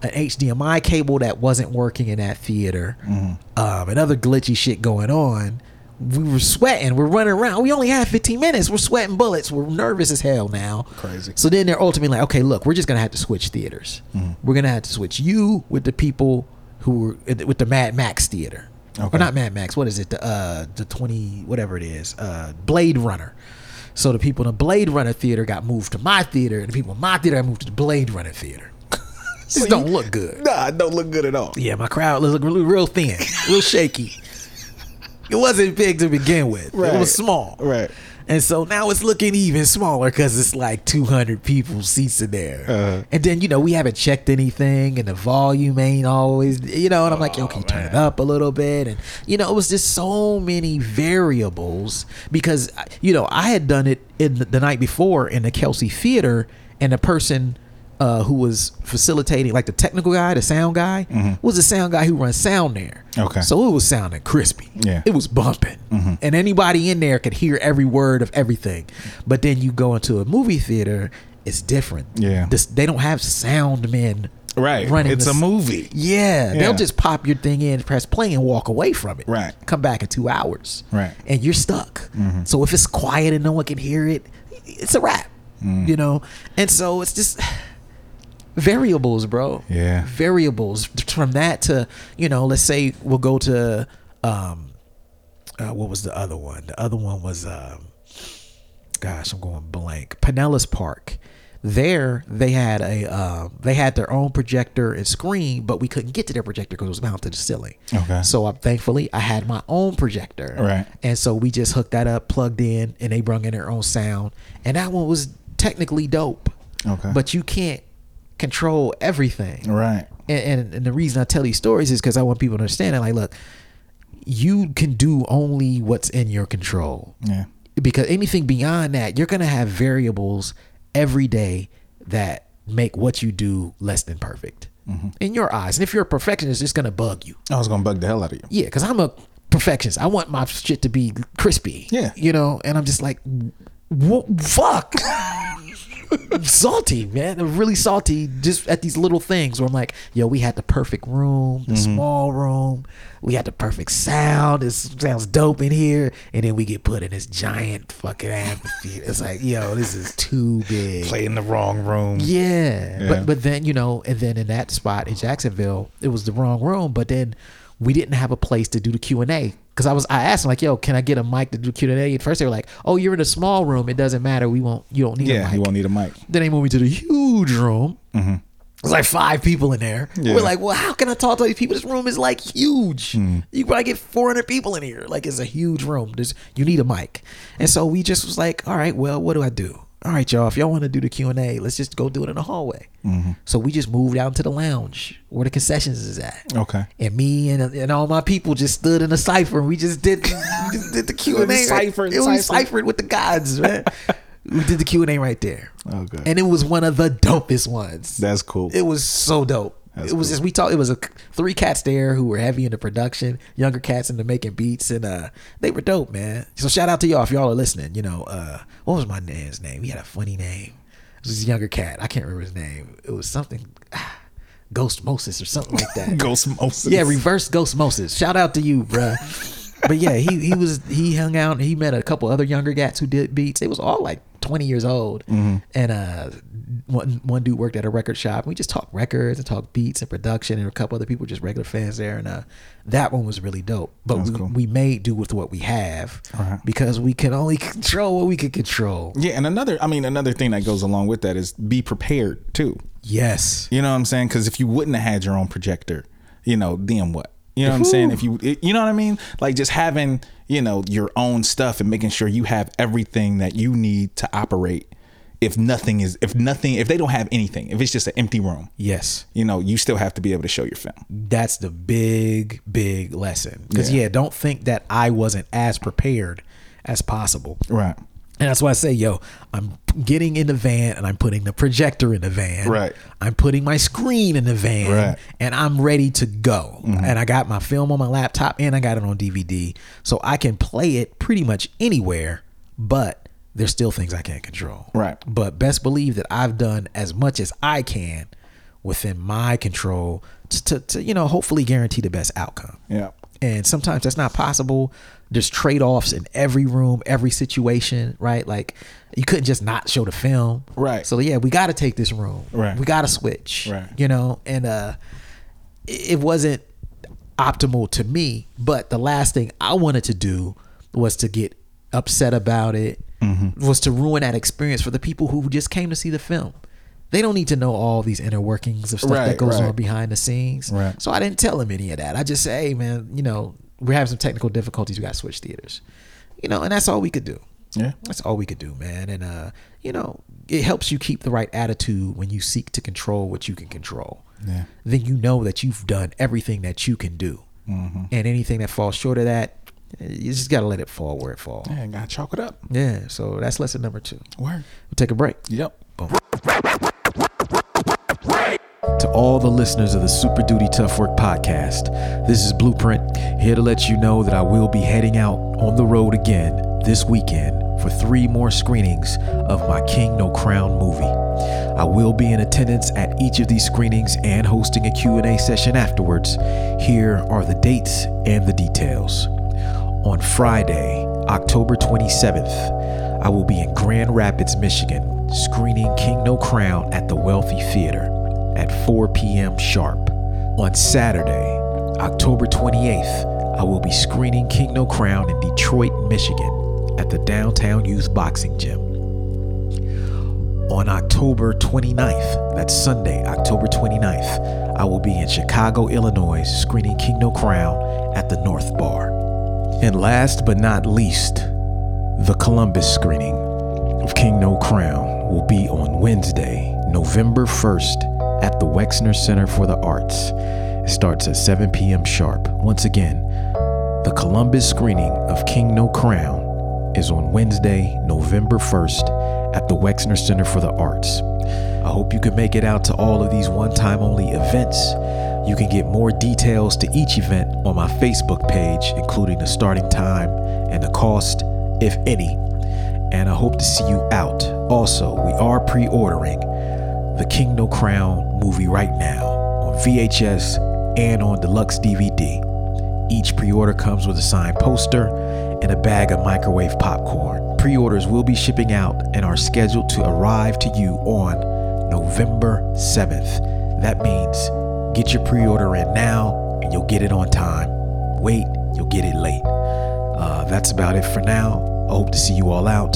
S1: an HDMI cable that wasn't working in that theater, um, and other glitchy shit going on, we were sweating. We're running around. We only had 15 minutes. We're sweating bullets. We're nervous as hell now.
S2: Crazy.
S1: So then they're ultimately like, okay, look, we're just gonna have to switch theaters.
S2: Mm-hmm.
S1: We're gonna have to switch you with the people who were eh, with the Mad Max theater. Or
S2: Okay.
S1: not Mad Max. What is it? The uh the twenty whatever it is. Uh Blade Runner. So the people in the Blade Runner theater got moved to my theater, and the people in my theater got moved to the Blade Runner theater. just don't look good.
S2: Nah, it don't look good at all.
S1: Yeah, my crowd looked real, real thin, real shaky. It wasn't big to begin with. It
S2: Right.
S1: was small.
S2: Right.
S1: And so now it's looking even smaller because it's like 200 people seats in there.
S2: Uh-huh.
S1: And then, you know, we haven't checked anything and the volume ain't always, you know, and I'm like, yo, can you turn
S2: Oh,
S1: it up a little bit? And, you know, it was just so many variables because, you know, I had done it in the, the night before in the Kelsey Theater and the person uh, who was facilitating, like the technical guy, the sound guy, was the sound guy who runs sound there.
S2: Mm-hmm. Okay.
S1: So it was sounding crispy.
S2: Yeah. Mm-hmm.
S1: It was bumping. And anybody in there could hear every word of everything. But then you go into a movie theater, it's different.
S2: Yeah.
S1: This, they don't have sound men
S2: Right.
S1: running
S2: it's
S1: this-
S2: a movie.
S1: Yeah,
S2: Yeah.
S1: They'll just pop your thing in, press play, and walk away from it.
S2: Right.
S1: Come back in two hours.
S2: Right. Mm-hmm.
S1: And you're stuck. So if it's quiet and no one can hear it, it's a wrap.
S2: Mm.
S1: You know? And so it's just variables, bro.
S2: Yeah.
S1: Variables from that to you know, let's say we'll go to um, uh, what was the other one? The other one was um, gosh, I'm going blank. Pinellas Park. There they had a um, they had their own projector and screen, but we couldn't get to their projector because it was mounted to the ceiling.
S2: Okay.
S1: So I, thankfully I had my own projector.
S2: Right.
S1: And so we just hooked that up, plugged in, and they brung in their own sound. And that one was technically dope.
S2: Okay.
S1: But you can't control everything.
S2: Right.
S1: And, and, and the reason I tell these stories is because I want people to understand that, like, look, you can do only what's in your control.
S2: Yeah.
S1: Because anything beyond that, you're going to have variables every day that make what you do less than perfect in your eyes. And if you're a perfectionist, it's going to bug you.
S2: I was gonna bug the hell out of you.
S1: Yeah, because I'm a perfectionist. I want my shit to be crispy.
S2: Yeah.
S1: You know, and I'm just like, what? Fuck. salty, man. I'm really salty just at these little things where I'm like, yo, we had the perfect room, the small room. We had the perfect sound. It sounds dope in here. And then we get put in this giant fucking amphitheater. it's like, yo, this is too big.
S2: Play in the wrong room.
S1: Yeah.
S2: Yeah.
S1: But but then, you know, and then in that spot in Jacksonville, it was the wrong room, but then we didn't have a place to do the Q&A cuz I was I asked them, like, "Yo, can I get a mic to do Q&A?" At first they were like, "Oh, you're in a small room. It doesn't matter. We won't you don't need a
S2: Yeah.
S1: mic."
S2: You won't need a mic.
S1: Then they moved me to the huge room. Mm-hmm. There's like five people in there.
S2: Yeah.
S1: We're like, well, how can I talk to all these people? This room is like huge.
S2: Hmm.
S1: You probably get 400 people in here. Like, it's a huge room. There's, you need a mic. And so we just was like, all right, well, what do I do? All right, y'all, if y'all want to do the Q&A, let's just go do it in the hallway.
S2: Mm-hmm.
S1: So we just moved out to the lounge where the concessions is at.
S2: Okay.
S1: And me and, and all my people just stood in a cipher. and We just did, we just did the Q and A.
S2: Cipher,
S1: It was
S2: cipher.
S1: ciphered with the gods, man. we did the Q and A right there.
S2: Okay.
S1: And it was one of the dopest ones.
S2: That's cool.
S1: It was so dope.
S2: That's
S1: it was
S2: cool.
S1: just we talked. It was a, three cats there who were heavy into production, younger cats into making beats, and uh, they were dope, man. So shout out to y'all if y'all are listening. You know, uh, what was my man's name? He had a funny name. It was this younger cat. I can't remember his name. It was something, Ghost Moses or something like that.
S2: Ghost Moses.
S1: Yeah, reverse ghostmosis. Shout out to you, bruh. but yeah, he he was he hung out. and He met a couple other younger cats who did beats. It was all like twenty years old, and uh, one one dude worked at a record shop. And we just talked records and talked beats and production, and a couple other people were just regular fans there. And uh, that one was really dope. But we, we made do with what we have because we can only control what we can control.
S2: Yeah, and another, I mean, another thing that goes along with that is be prepared too.
S1: Yes.
S2: You know what I'm saying? Because if you wouldn't have had your own projector, you know, then what? You know what I'm saying? If you, it- you know what I mean? Like just having, you know, your own stuff and making sure you have everything that you need to operate. If nothing is, if nothing, if they don't have anything, if it's just an empty room,
S1: Yes.
S2: you know, you still have to be able to show your film.
S1: that's the big big lesson because
S2: Yeah.
S1: yeah. don't think that i wasn't as prepared as possible
S2: Right.
S1: and that's why i say yo i'm getting in the van and i'm putting the projector in the van
S2: Right.
S1: i'm putting my screen in the van
S2: Right. Mm-hmm.
S1: and i'm ready to go and i got my film on my laptop and i got it on dvd so i can play it pretty much anywhere but there's still things i can't control
S2: Right.
S1: but best believe that I've done as much as I can within my control to, to, to, you know hopefully guarantee the best outcome.
S2: Yeah.
S1: And sometimes that's not possible. There's trade offs in every room, every situation, right? Like you couldn't just not show the film,
S2: Right.
S1: So yeah, we got to take this room,
S2: Right.
S1: We got to switch,
S2: Right.
S1: You know, and uh, it it wasn't optimal to me. But the last thing I wanted to do was to get
S2: Mm-hmm.
S1: upset about it, was to ruin that experience for the people who just came to see the film. They don't need to know all these inner workings of stuff
S2: Right,
S1: that goes
S2: right.
S1: on behind the scenes.
S2: Right.
S1: So I didn't tell him any of that. I just say, hey, man, you know, we're having some technical difficulties. We got to switch theaters. You know, and that's all we could do.
S2: Yeah.
S1: That's all we could do, man. And, uh, you know, it helps you keep the right attitude when you seek to control what you can control.
S2: Yeah.
S1: Then you know that you've done everything that you can do.
S2: Mm-hmm.
S1: And anything that falls short of that, eh, you just got to let it fall where it falls.
S2: Yeah, gotta chalk it up.
S1: Yeah, so that's lesson number two.
S2: Word.
S1: We'll take a break.
S2: Yep.
S4: To all the listeners of the Super Duty Tough Work podcast, this is Blueprint, here to let you know that I will be heading out on the road again this weekend for three more screenings of my King No Crown movie. I will be in attendance at each of these screenings and hosting a Q&A session afterwards. Here are the dates and the details. On Friday, October 27th, I will be in Grand Rapids, Michigan, screening King No Crown at the Wealthy Theater at 4 p.m. sharp. On Saturday, October 28th, I will be screening King No Crown in Detroit, Michigan at the Downtown Youth Boxing Gym on October 29th, that's Sunday, October 29th, I will be in Chicago, Illinois, screening King No Crown at the North Bar. And last but not least, the Columbus screening of King No Crown will be on Wednesday, November 1st, at the Wexner Center for the Arts. It starts at 7 p.m. sharp. Once again, the Columbus screening of King No Crown is on Wednesday, November 1st at the Wexner Center for the Arts. I hope you can make it out to all of these one time only events. You can get more details to each event on my Facebook page, including the starting time and the cost, if any. And I hope to see you out. Also, we are pre ordering the King No Crown movie right now on VHS and on deluxe DVD. Each pre order comes with a signed poster and a bag of microwave popcorn. Pre orders will be shipping out and are scheduled to arrive to you on November 7th. That means get your pre order in now and you'll get it on time. Wait, you'll get it late. Uh, that's about it for now. I hope to see you all out.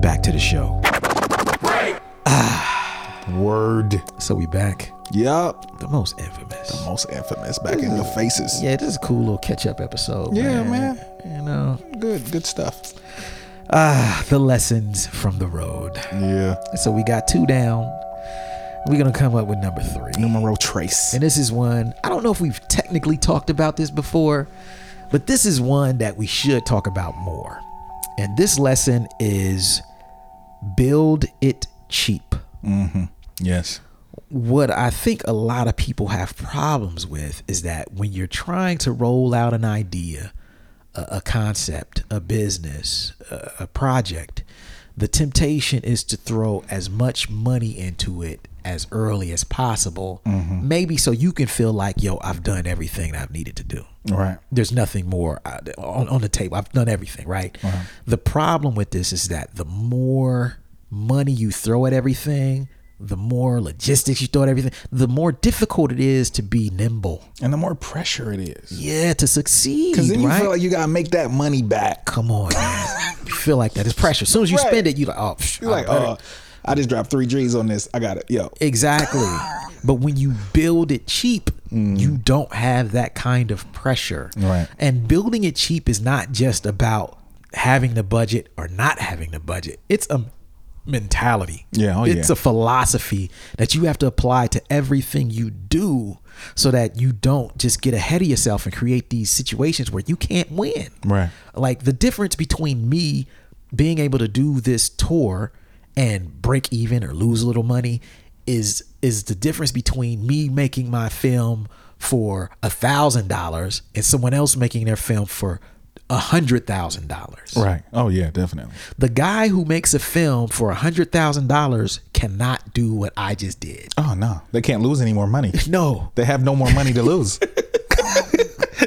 S4: Back to the show.
S2: Word.
S1: So we back.
S2: Yep.
S1: The most infamous.
S2: Most infamous back in your faces.
S1: Yeah, this is a cool little catch up episode.
S2: Yeah,
S1: man. You know,
S2: Good, good stuff.
S1: ah, the lessons from the road.
S2: Yeah.
S1: So we got two down. We're gonna come up with number three,
S2: Numero trace.
S1: and this is one I don't know if we've technically talked about this before, but this is one that we should talk about more. And this lesson is build it cheap.
S2: Yes.
S1: What I think a lot of people have problems with is that when you're trying to roll out an idea, a, a concept, a business, a, a project, the temptation is to throw as much money into it as early as possible, maybe so you can feel like, yo, I've done everything I've needed to do
S2: Right.
S1: there's nothing more uh, on, on the table. I've done everything, right?
S2: Uh-huh.
S1: The problem with this is that the more money you throw at everything, the more logistics you throw at everything, the more difficult it is to be nimble.
S2: And the more pressure it is.
S1: Yeah, to succeed.
S2: Because then you
S1: right?
S2: feel like you gotta make that money back.
S1: Come on, man. you feel like that. It's pressure. As soon as you
S2: Right.
S1: spend it, you're like, oh, psh,
S2: You're
S1: I
S2: like,
S1: better-
S2: oh, I just dropped three G's on this. I got it. Yo.
S1: Exactly. but when you build it cheap, you don't have that kind of pressure.
S2: Mm. Right.
S1: And building it cheap is not just about having the budget or not having the budget. It's a mentality.
S2: Yeah, oh,
S1: it's
S2: yeah.
S1: a philosophy that you have to apply to everything you do so that you don't just get ahead of yourself and create these situations where you can't win.
S2: Right.
S1: Like the difference between me being able to do this tour and break even or lose a little money is is the difference between me making my film for a thousand dollars and someone else making their film for a hundred thousand dollars.
S2: Right. Oh yeah, definitely.
S1: The guy who makes a film for a hundred thousand dollars cannot do what I just did.
S2: Oh no. They can't lose any more money.
S1: No.
S2: They have no more money to lose.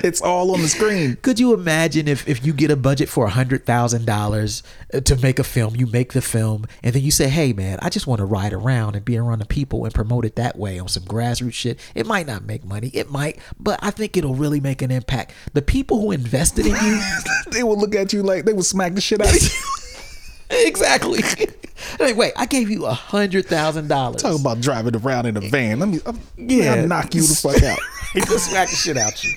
S2: it's all on the screen.
S1: Could you imagine if, if you get a budget for $100,000 uh, to make a film, you make the film, and then you say, hey, man, I just want to ride around and be around the people and promote it that way on some grassroots shit. It might not make money. It might, but I think it'll really make an impact. The people who invested in you.
S2: They will look at you like they will smack the shit out of you.
S1: exactly. Like, wait, I gave you a hundred thousand dollars.
S2: Talk about driving around in a van. Let me, I'm,
S1: Yeah.
S2: yeah, knock you the fuck out.
S1: just smack the shit out you.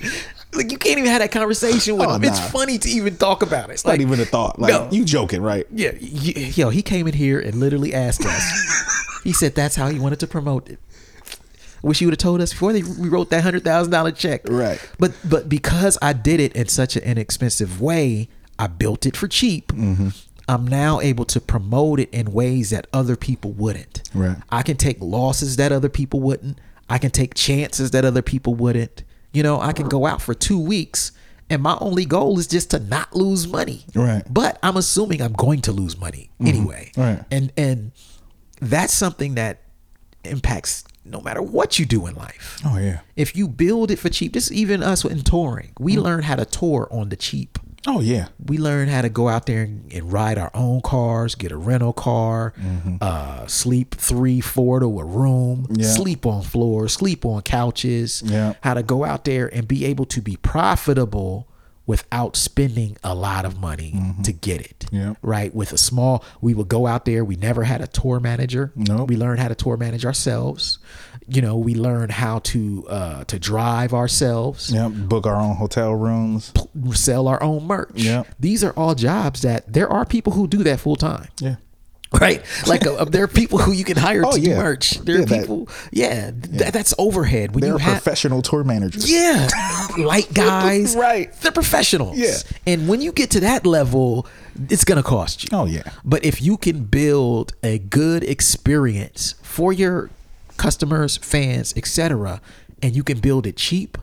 S1: Like you can't even have that conversation with
S2: Oh,
S1: him. It's
S2: nah.
S1: funny to even talk about it.
S2: It's not even a thought. Like
S1: No.
S2: you joking, right?
S1: Yeah, y- yo, he came in here and literally asked us. he said that's how he wanted to promote it. Wish you would have told us before they, we wrote that hundred thousand dollar check.
S2: Right.
S1: But but because I did it in such an inexpensive way, I built it for cheap.
S2: Mm-hmm.
S1: I'm now able to promote it in ways that other people wouldn't.
S2: Right.
S1: I can take losses that other people wouldn't. I can take chances that other people wouldn't. You know, I can go out for two weeks and my only goal is just to not lose money.
S2: Right.
S1: But I'm assuming I'm going to lose money anyway.
S2: Mm-hmm. Right.
S1: And and that's something that impacts no matter what you do in life.
S2: Oh, yeah.
S1: If you build it for cheap, just even us in touring, we
S2: Mm-hmm.
S1: learn how to tour on the cheap
S2: Oh yeah.
S1: we learn how to go out there and, and ride our own cars, get a rental car, uh, sleep three, four to a room,
S2: Mm-hmm. Yeah.
S1: sleep on floors, sleep on couches.
S2: Yeah.
S1: How to go out there and be able to be profitable without spending a lot of money to get it.
S2: Mm-hmm. Yeah.
S1: Right. With a small, we would go out there. We never had a tour manager.
S2: Nope.
S1: We learned how to tour manage ourselves. You know, we learned how to uh, to drive ourselves
S2: Yeah. Book our own hotel rooms.
S1: sell our own merch.
S2: Yeah.
S1: These are all jobs that there are people who do that full time.
S2: Yeah.
S1: Right, like uh, there are people who you can hire
S2: Oh,
S1: to do
S2: yeah.
S1: merch. There
S2: Yeah,
S1: are
S2: that-
S1: people, yeah, th- that's overhead. When
S2: They're
S1: you have,
S2: professional tour managers.
S1: yeah, light guys,
S2: Right.
S1: They're professionals,
S2: Yeah.
S1: And when you get to that level, it's gonna cost you.
S2: Oh, yeah.
S1: But if you can build a good experience for your customers, fans, etc., and you can build it cheap,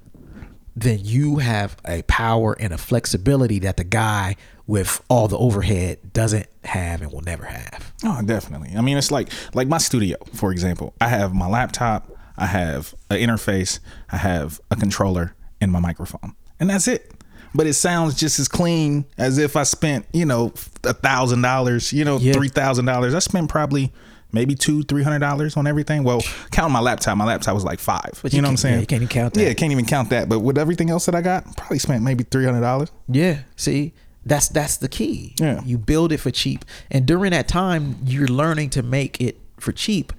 S1: then you have a power and a flexibility that the guy with all the overhead doesn't have and will never have.
S2: Oh, definitely. I mean, it's like like my studio, for example. I have my laptop, I have an interface, I have a controller, and my microphone, and that's it. But it sounds just as clean as if I spent, you know, a thousand dollars, you know,
S1: Yeah.
S2: three thousand dollars. I spent probably maybe two, three hundred dollars on everything. Well, count my laptop. My laptop was like five.
S1: But
S2: But
S1: you
S2: you, know what I'm
S1: can't- yeah,
S2: saying?
S1: you can't even count that.
S2: Yeah, can't even count that. But with everything else that I got, probably spent maybe three hundred dollars.
S1: Yeah. See, that's that's the key.
S2: Yeah.
S1: You build it for cheap, and during that time, you're learning to make it for cheap.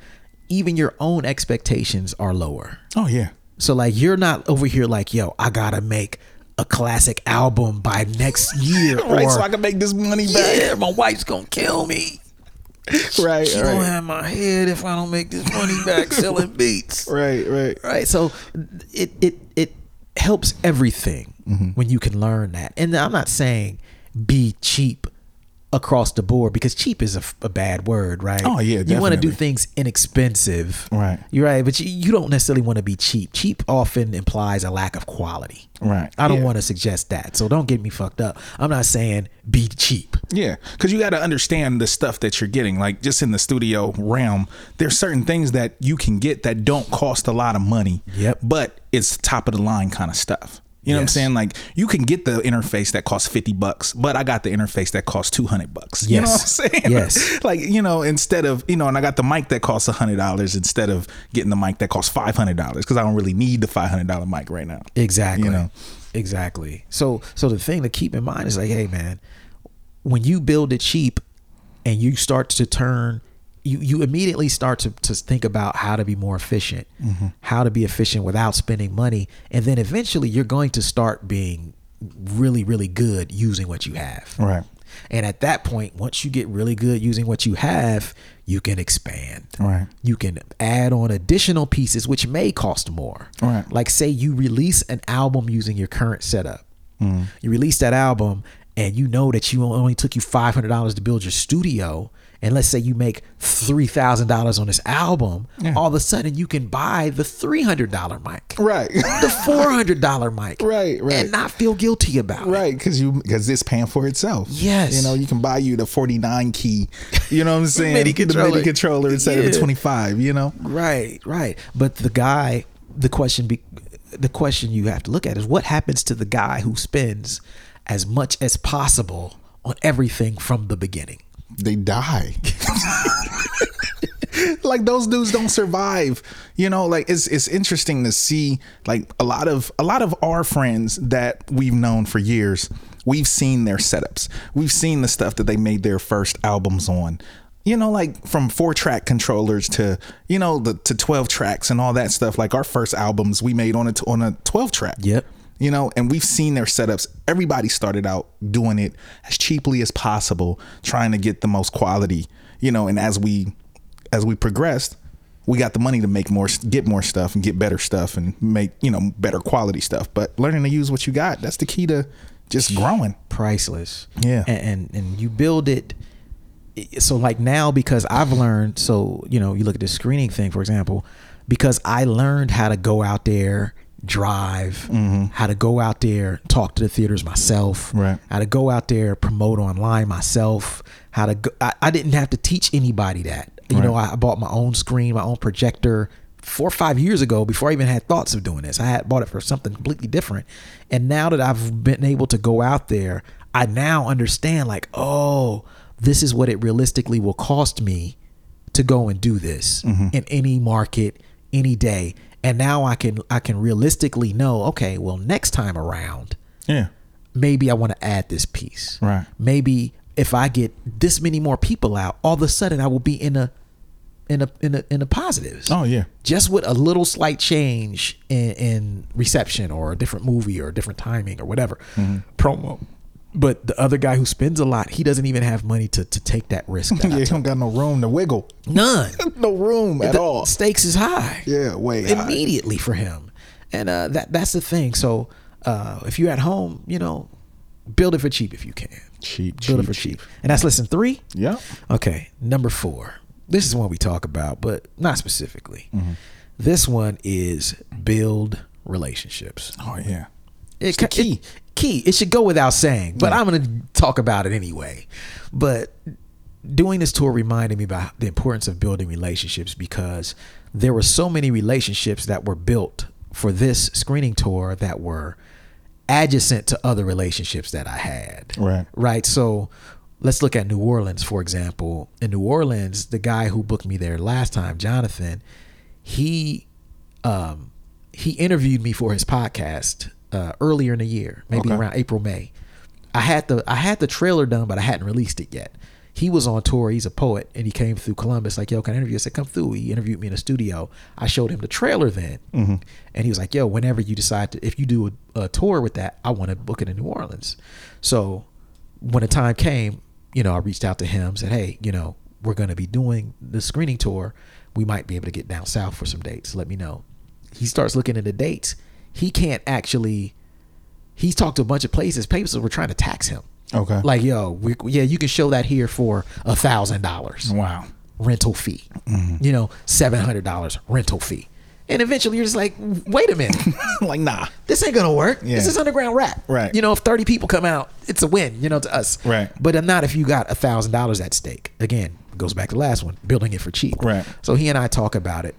S1: Even your own expectations are lower.
S2: Oh yeah.
S1: So like you're not over here like, yo, I gotta make a classic album by next year.
S2: Right,
S1: or,
S2: so I can make this money back.
S1: yeah, my wife's gonna kill me.
S2: Right,
S1: She gonna
S2: right,
S1: have my head if I don't make this money back selling beats.
S2: right, right.
S1: Right. So it it it helps everything
S2: Mm-hmm.
S1: when you can learn that. And I'm not saying be cheap across the board because cheap is a, f- a bad word, right?
S2: Oh, yeah,
S1: You want to do
S2: definitely.
S1: things inexpensive,
S2: Right.
S1: You're right, but you, you don't necessarily want to be cheap. Cheap often implies a lack of quality,
S2: Right.
S1: I don't
S2: Yeah.
S1: want to suggest that, so don't get me fucked up. I'm not saying be cheap.
S2: Yeah, because you got to understand the stuff that you're getting. Like just in the studio realm, there's certain things that you can get that don't cost a lot of money.
S1: Yep.
S2: But it's top of the line kind of stuff. You know
S1: Yes.
S2: what I'm saying? Like you can get the interface that costs 50 bucks, but I got the interface that costs 200 bucks. You know what I'm
S1: Yes.
S2: saying?
S1: Yes.
S2: like, you know, instead of, you know, and I got the mic that costs $100 instead of getting the mic that costs $500 because I don't really need the $500 mic right now.
S1: Exactly.
S2: You know?
S1: Exactly. So so the thing to keep in mind is like, hey man, when you build it cheap and you start to turn you, you immediately start to, to think about how to be more efficient,
S2: Mm-hmm.
S1: how to be efficient without spending money. And then eventually you're going to start being really, really good using what you have.
S2: Right.
S1: And at that point, once you get really good using what you have, you can expand.
S2: Right.
S1: You can add on additional pieces, which may cost more.
S2: Right.
S1: Like, say you release an album using your current setup.
S2: Mm.
S1: You release that album, and you know that you only took you five hundred dollars to build your studio. And let's say you make three thousand dollars on this album.
S2: Yeah.
S1: All of a sudden, you can buy the three hundred dollar mic,
S2: Right.
S1: the four hundred dollar mic,
S2: Right, right.
S1: and not feel guilty about it.
S2: Right, because you because it's paying for itself.
S1: Yes.
S2: you know you can buy you the forty nine key. You know what I'm saying?
S1: MIDI
S2: The
S1: controller.
S2: MIDI controller instead of
S1: Yeah.
S2: the twenty five. You know?
S1: Right, right. But the guy, the question, be, the question you have to look at is what happens to the guy who spends as much as possible on everything from the beginning.
S2: They die. like those dudes don't survive. You know, like it's it's interesting to see like a lot of a lot of our friends that we've known for years. We've seen their setups. We've seen the stuff that they made their first albums on. you know, like from four track controllers to you know the to twelve tracks and all that stuff. Like our first albums we made on a t- on a twelve track.
S1: Yep.
S2: You know, and we've seen their setups. Everybody started out doing it as cheaply as possible, trying to get the most quality. You know, and as we as we progressed, we got the money to make more, get more stuff, and get better stuff, and make you know better quality stuff. But learning to use what you got—that's the key to just growing.
S1: priceless.
S2: Yeah.
S1: And and, and you build it i- so like now because I've learned so you know you look at the screening thing for example because I learned how to go out there drive how to go out there talk to the theaters myself
S2: Right.
S1: how to go out there promote online myself how to go I, I didn't have to teach anybody that you know I, I bought my own screen my own projector four or five years ago before I even had thoughts of doing this I had bought it for something completely different and now that I've been able to go out there I now understand like oh this is what it realistically will cost me to go and do this in any market any day and now I can I can realistically know okay well next time around
S2: Yeah.
S1: maybe I want to add this piece.
S2: Right.
S1: Maybe if I get this many more people out, all of a sudden I will be in a in a in a in a positives.
S2: Oh, yeah.
S1: Just with a little slight change in, in reception or a different movie or a different timing or whatever
S2: Mm-hmm.
S1: promo. But the other guy who spends a lot, he doesn't even have money to to take that risk. that I
S2: You
S1: took.
S2: don't got no room to wiggle.
S1: None.
S2: No room at
S1: the
S2: all.
S1: Stakes is high
S2: Yeah, way high.
S1: immediately for him, and uh, that that's the thing. So uh, if you're at home, you know, build it for cheap if you can.
S2: Cheap,
S1: build it
S2: cheap,
S1: for cheap. And that's lesson three.
S2: Yeah.
S1: Okay, number four. This is one we talk about, but not specifically.
S2: Mm-hmm.
S1: This one is build relationships.
S2: Oh yeah.
S1: It, ca-
S2: key.
S1: It, key. It should go without saying, but I'm going to talk about it anyway. But doing this tour reminded me about the importance of building relationships because there were so many relationships that were built for this screening tour that were adjacent to other relationships that I had.
S2: Right.
S1: Right. So let's look at New Orleans, for example. In New Orleans, the guy who booked me there last time, Jonathan, he um, he interviewed me for his podcast uh, earlier in the year, maybe
S2: Okay.
S1: around April May. I had the I had the trailer done, but I hadn't released it yet. He was on tour. He's a poet, and he came through Columbus. Like, yo, can I interview? you?" I said, come through. He interviewed me in the studio. I showed him the trailer then, and he was like, yo, whenever you decide to, if you do a, a tour with that, I want to book it in New Orleans. So when the time came, you know, I reached out to him, said, hey, you know, we're going to be doing the screening tour. We might be able to get down south for some dates. Let me know. He starts looking at the dates. He can't actually he's talked to a bunch of places. Places were trying to tax him.
S2: Okay.
S1: Like, yo, we, yeah, you can show that here for a thousand dollars
S2: Wow. Mm-hmm.
S1: rental fee. You know, seven hundred dollars rental fee. And eventually, you're just like, wait a minute,
S2: like nah.
S1: this ain't gonna work.
S2: Yeah.
S1: This is underground rap.
S2: Right.
S1: You know, if thirty people come out, it's a win. You know, to us.
S2: Right.
S1: But I'm not if you got a thousand dollars at stake. Again, goes back to the last one, building it for cheap.
S2: Right.
S1: So he and I talk about it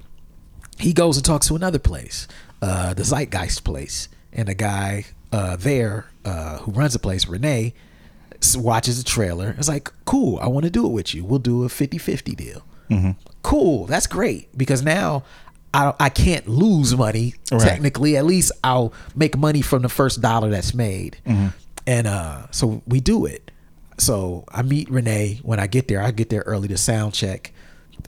S1: he goes and talks to another place, uh, the Zeitgeist place, and a guy uh, there uh, who runs the place, Renee, s- watches the trailer. It's like, cool, I want to do it with you. We'll do a 50 50 deal.
S2: Mm-hmm.
S1: Cool, that's great because now I, I can't lose money
S2: Right.
S1: technically. At least I'll make money from the first dollar that's made. And uh, so we do it. So I meet Renee when I get there. I get there early to sound check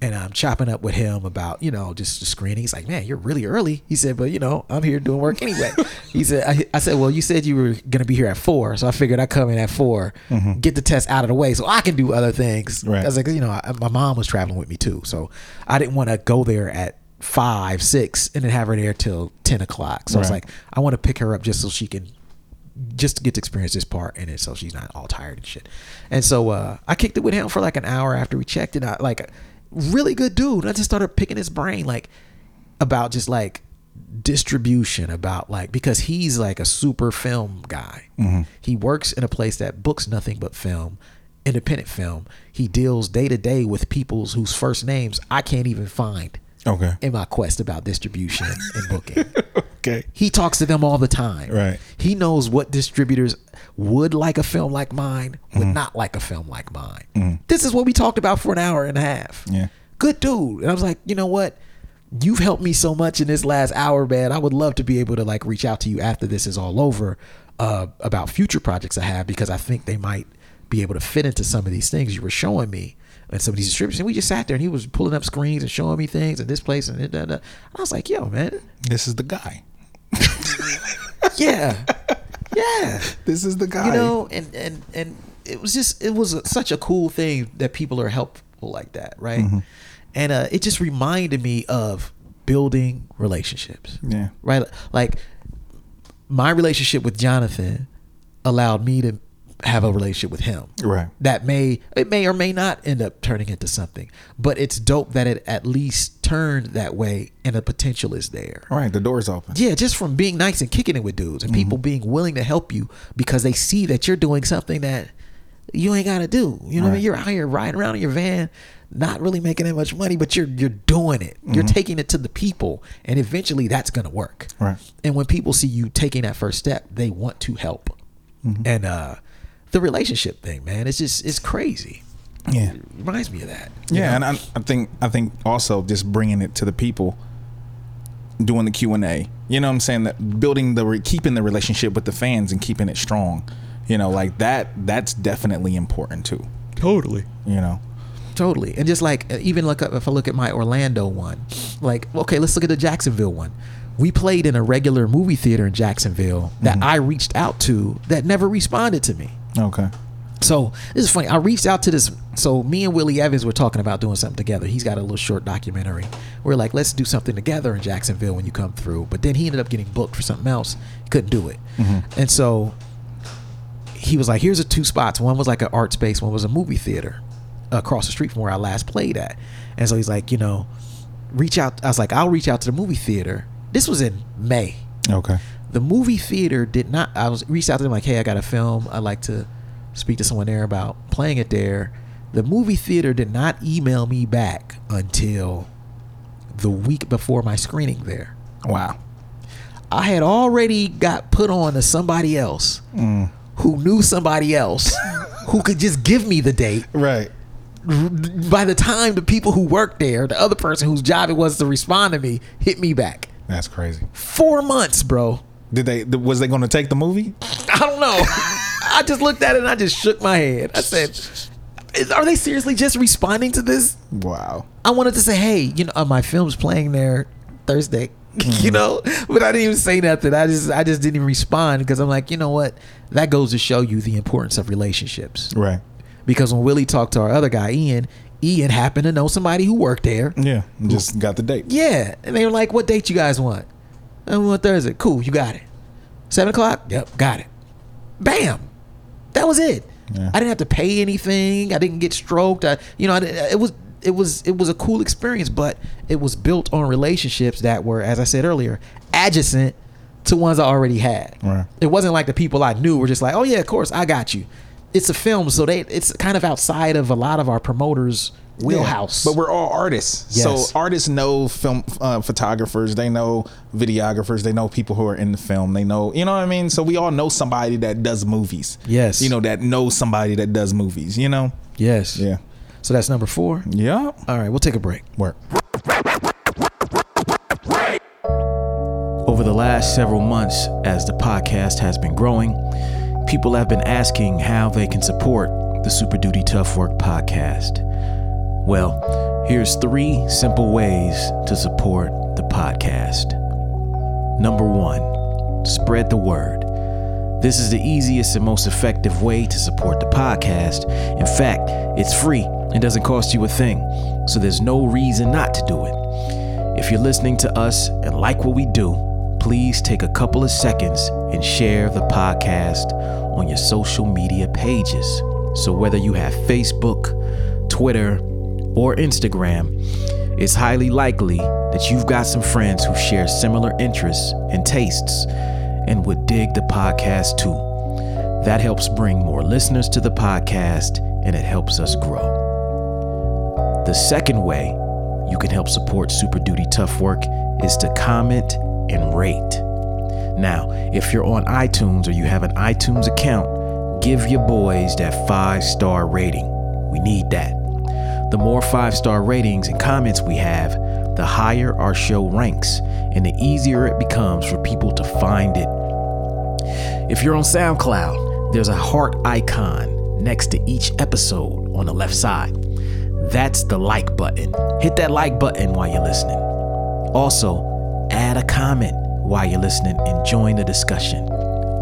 S1: and I'm chopping up with him about you know just the screening. He's like, "Man, you're really early." He said, "But you know, I'm here doing work anyway." he said, I, "I said, well, you said you were gonna be here at four, so I figured I'd come in at 4 get the test out of the way, so I can do other things."
S2: Right.
S1: I was like, you know, I, my mom was traveling with me too, so I didn't want to go there at five, six, and then have her there till ten o'clock. So I was
S2: Right.
S1: like, I want to pick her up just so she can just to get to experience this part in it so she's not all tired and shit. And so uh, I kicked it with him for like an hour after we checked it out. Like, really good dude. And I just started picking his brain, like, about just like distribution, about like, because he's like a super film guy. He works in a place that books nothing but film, independent film. He deals day to day with peoples whose first names I can't even find
S2: Okay.
S1: in my quest about distribution and booking.
S2: Okay.
S1: He talks to them all the time.
S2: Right.
S1: He knows what distributors would like a film like mine, would
S2: Mm-hmm.
S1: not like a film like mine. This is what we talked about for an hour and a half.
S2: Yeah.
S1: Good dude. And I was like, you know what? You've helped me so much in this last hour, man. I would love to be able to like reach out to you after this is all over uh, about future projects I have because I think they might be able to fit into some of these things you were showing me. at some of these distributors. And we just sat there and he was pulling up screens and showing me things and this place and that. that, that. I was like, yo, man,
S2: This is the guy.
S1: yeah, yeah.
S2: This is the guy.
S1: You know, and and and it was just it was such a cool thing that people are helpful like that, right? And uh, it just reminded me of building relationships.
S2: Yeah.
S1: Right. Like my relationship with Jonathan allowed me to have a relationship with him.
S2: Right.
S1: That may it may or may not end up turning into something, but it's dope that it at least turned that way and the potential is there.
S2: All right, the door's open.
S1: Yeah, just from being nice and kicking it with dudes and
S2: Mm-hmm.
S1: people being willing to help you because they see that you're doing something that you ain't gotta do. You know what I mean?
S2: Right.
S1: You're out here riding around in your van, not really making that much money, but you're you're doing it.
S2: Mm-hmm.
S1: You're taking it to the people, and eventually that's gonna work.
S2: Right.
S1: And when people see you taking that first step, they want to help.
S2: Mm-hmm.
S1: And uh the relationship thing, man, it's just it's crazy.
S2: Yeah.
S1: Reminds me of that. you
S2: Yeah,
S1: know?
S2: and I, I think I think also just bringing it to the people, doing the Q and A. You know what I'm saying? That building the re- keeping the relationship with the fans and keeping it strong. You know, like that. That's definitely important too.
S1: totally.
S2: You know.
S1: Totally. And just like, uh, even like if I look at my Orlando one, like, okay, let's look at the Jacksonville one. We played in a regular movie theater in Jacksonville that I reached out to that never responded to me.
S2: Okay.
S1: So this is funny. I reached out to this. So me and Willie Evans were talking about doing something together. He's got a little short documentary. We're like, let's do something together in Jacksonville when you come through. But then he ended up getting booked for something else. He couldn't do it. And so he was like, here's the two spots. One was like an art space. One was a movie theater across the street from where I last played at. And so he's like, you know, reach out. I was like, I'll reach out to the movie theater. This was in May
S2: Okay.
S1: the movie theater did not i was reached out to them like hey i got a film i'd like to speak to someone there about playing it there the movie theater did not email me back until the week before my screening there
S2: Wow.
S1: i had already got put on to somebody else who knew somebody else who could just give me the date
S2: Right.
S1: by the time the people who worked there the other person whose job it was to respond to me hit me back
S2: That's crazy.
S1: four months bro
S2: Did they? th- Was they going to take the movie?
S1: I don't know. I just looked at it and I just shook my head. I said, "Is- "Are they seriously just responding to this?"
S2: Wow.
S1: I wanted to say, "Hey, you know, uh, my film's playing there Thursday," you know, but I didn't even say nothing. I just, I just didn't even respond because I'm like, you know what? That goes to show you the importance of relationships.
S2: Right.
S1: Because when Willie talked to our other guy, Ian, Ian happened to know somebody who worked there.
S2: Yeah. Just got the date.
S1: Yeah. And they were like, what date you guys want? And we want Thursday. Cool, you got it. Seven o'clock? Yep, got it. Bam. That was it.
S2: Yeah.
S1: I didn't have to pay anything. I didn't get stroked. I, you know, I, didn't- it was it was it was a cool experience, but it was built on relationships that were, as I said earlier, adjacent to ones I already had.
S2: Right.
S1: It wasn't like the people I knew were just like, "Oh yeah, of course, I got you." It's a film, so they it's kind of outside of a lot of our promoters' wheelhouse.
S2: But we're all artists.
S1: Yes.
S2: So artists know film uh, photographers, they know videographers, they know people who are in the film. They know, you know what I mean? So we all know somebody that does movies.
S1: Yes.
S2: You know, that knows somebody that does movies, you know?
S1: yes.
S2: Yeah.
S1: So that's number four.
S2: Yeah.
S1: All right, we'll take a break.
S2: Work.
S4: Over the last several months, as the podcast has been growing, people have been asking how they can support the Super Duty Tough Work podcast. Well, here's three simple ways to support the podcast. Number one, spread the word. This is the easiest and most effective way to support the podcast. In fact, it's free and doesn't cost you a thing, so there's no reason not to do it. If you're listening to us and like what we do, please take a couple of seconds and share the podcast on your social media pages. So, whether you have Facebook, Twitter, or Instagram, it's highly likely that you've got some friends who share similar interests and tastes and would dig the podcast too. That helps bring more listeners to the podcast and it helps us grow. The second way you can help support Super Duty Tough Work is to comment and rate. Now, if you're on iTunes or you have an iTunes account, give your boys that five star rating. We need that. The more five star ratings and comments we have, the higher our show ranks and the easier it becomes for people to find it if you're on SoundCloud, there's a heart icon next to each episode on the left side.
S5: That's the like button. Hit that like button while you're listening. Also, add a comment while you're listening and join the discussion.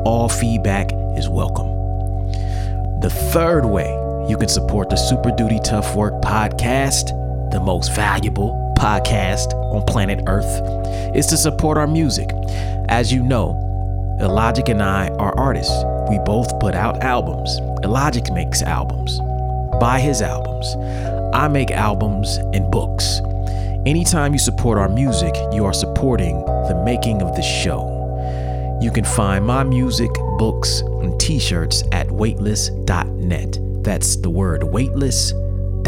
S5: All feedback is welcome. The third way you can support the Super Duty Tough Work podcast, the most valuable podcast on planet Earth, is to support our music. As you know, Elogic and I are artists. We both put out albums. Elogic makes albums. Buy his albums. I make albums and books. Anytime you support our music, you are supporting the making of the show. You can find my music, books, and t shirts at weightless.net. That's the word weightless.net.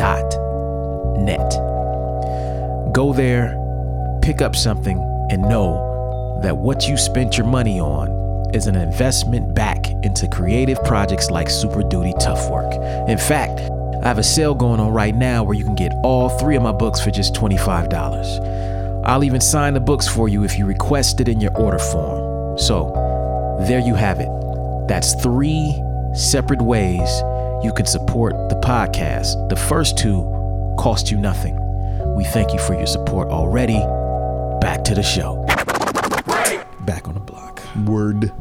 S5: Go there, pick up something, and know that what you spent your money on is an investment back into creative projects like Super Duty Tough Work. In fact, I have a sale going on right now where you can get all three of my books for just $25. I'll even sign the books for you if you request it in your order form. So, there you have it. That's three separate ways you can support the podcast. The first two cost you nothing. We thank you for your support already. Back to the show.
S1: Back on the block.
S2: Word.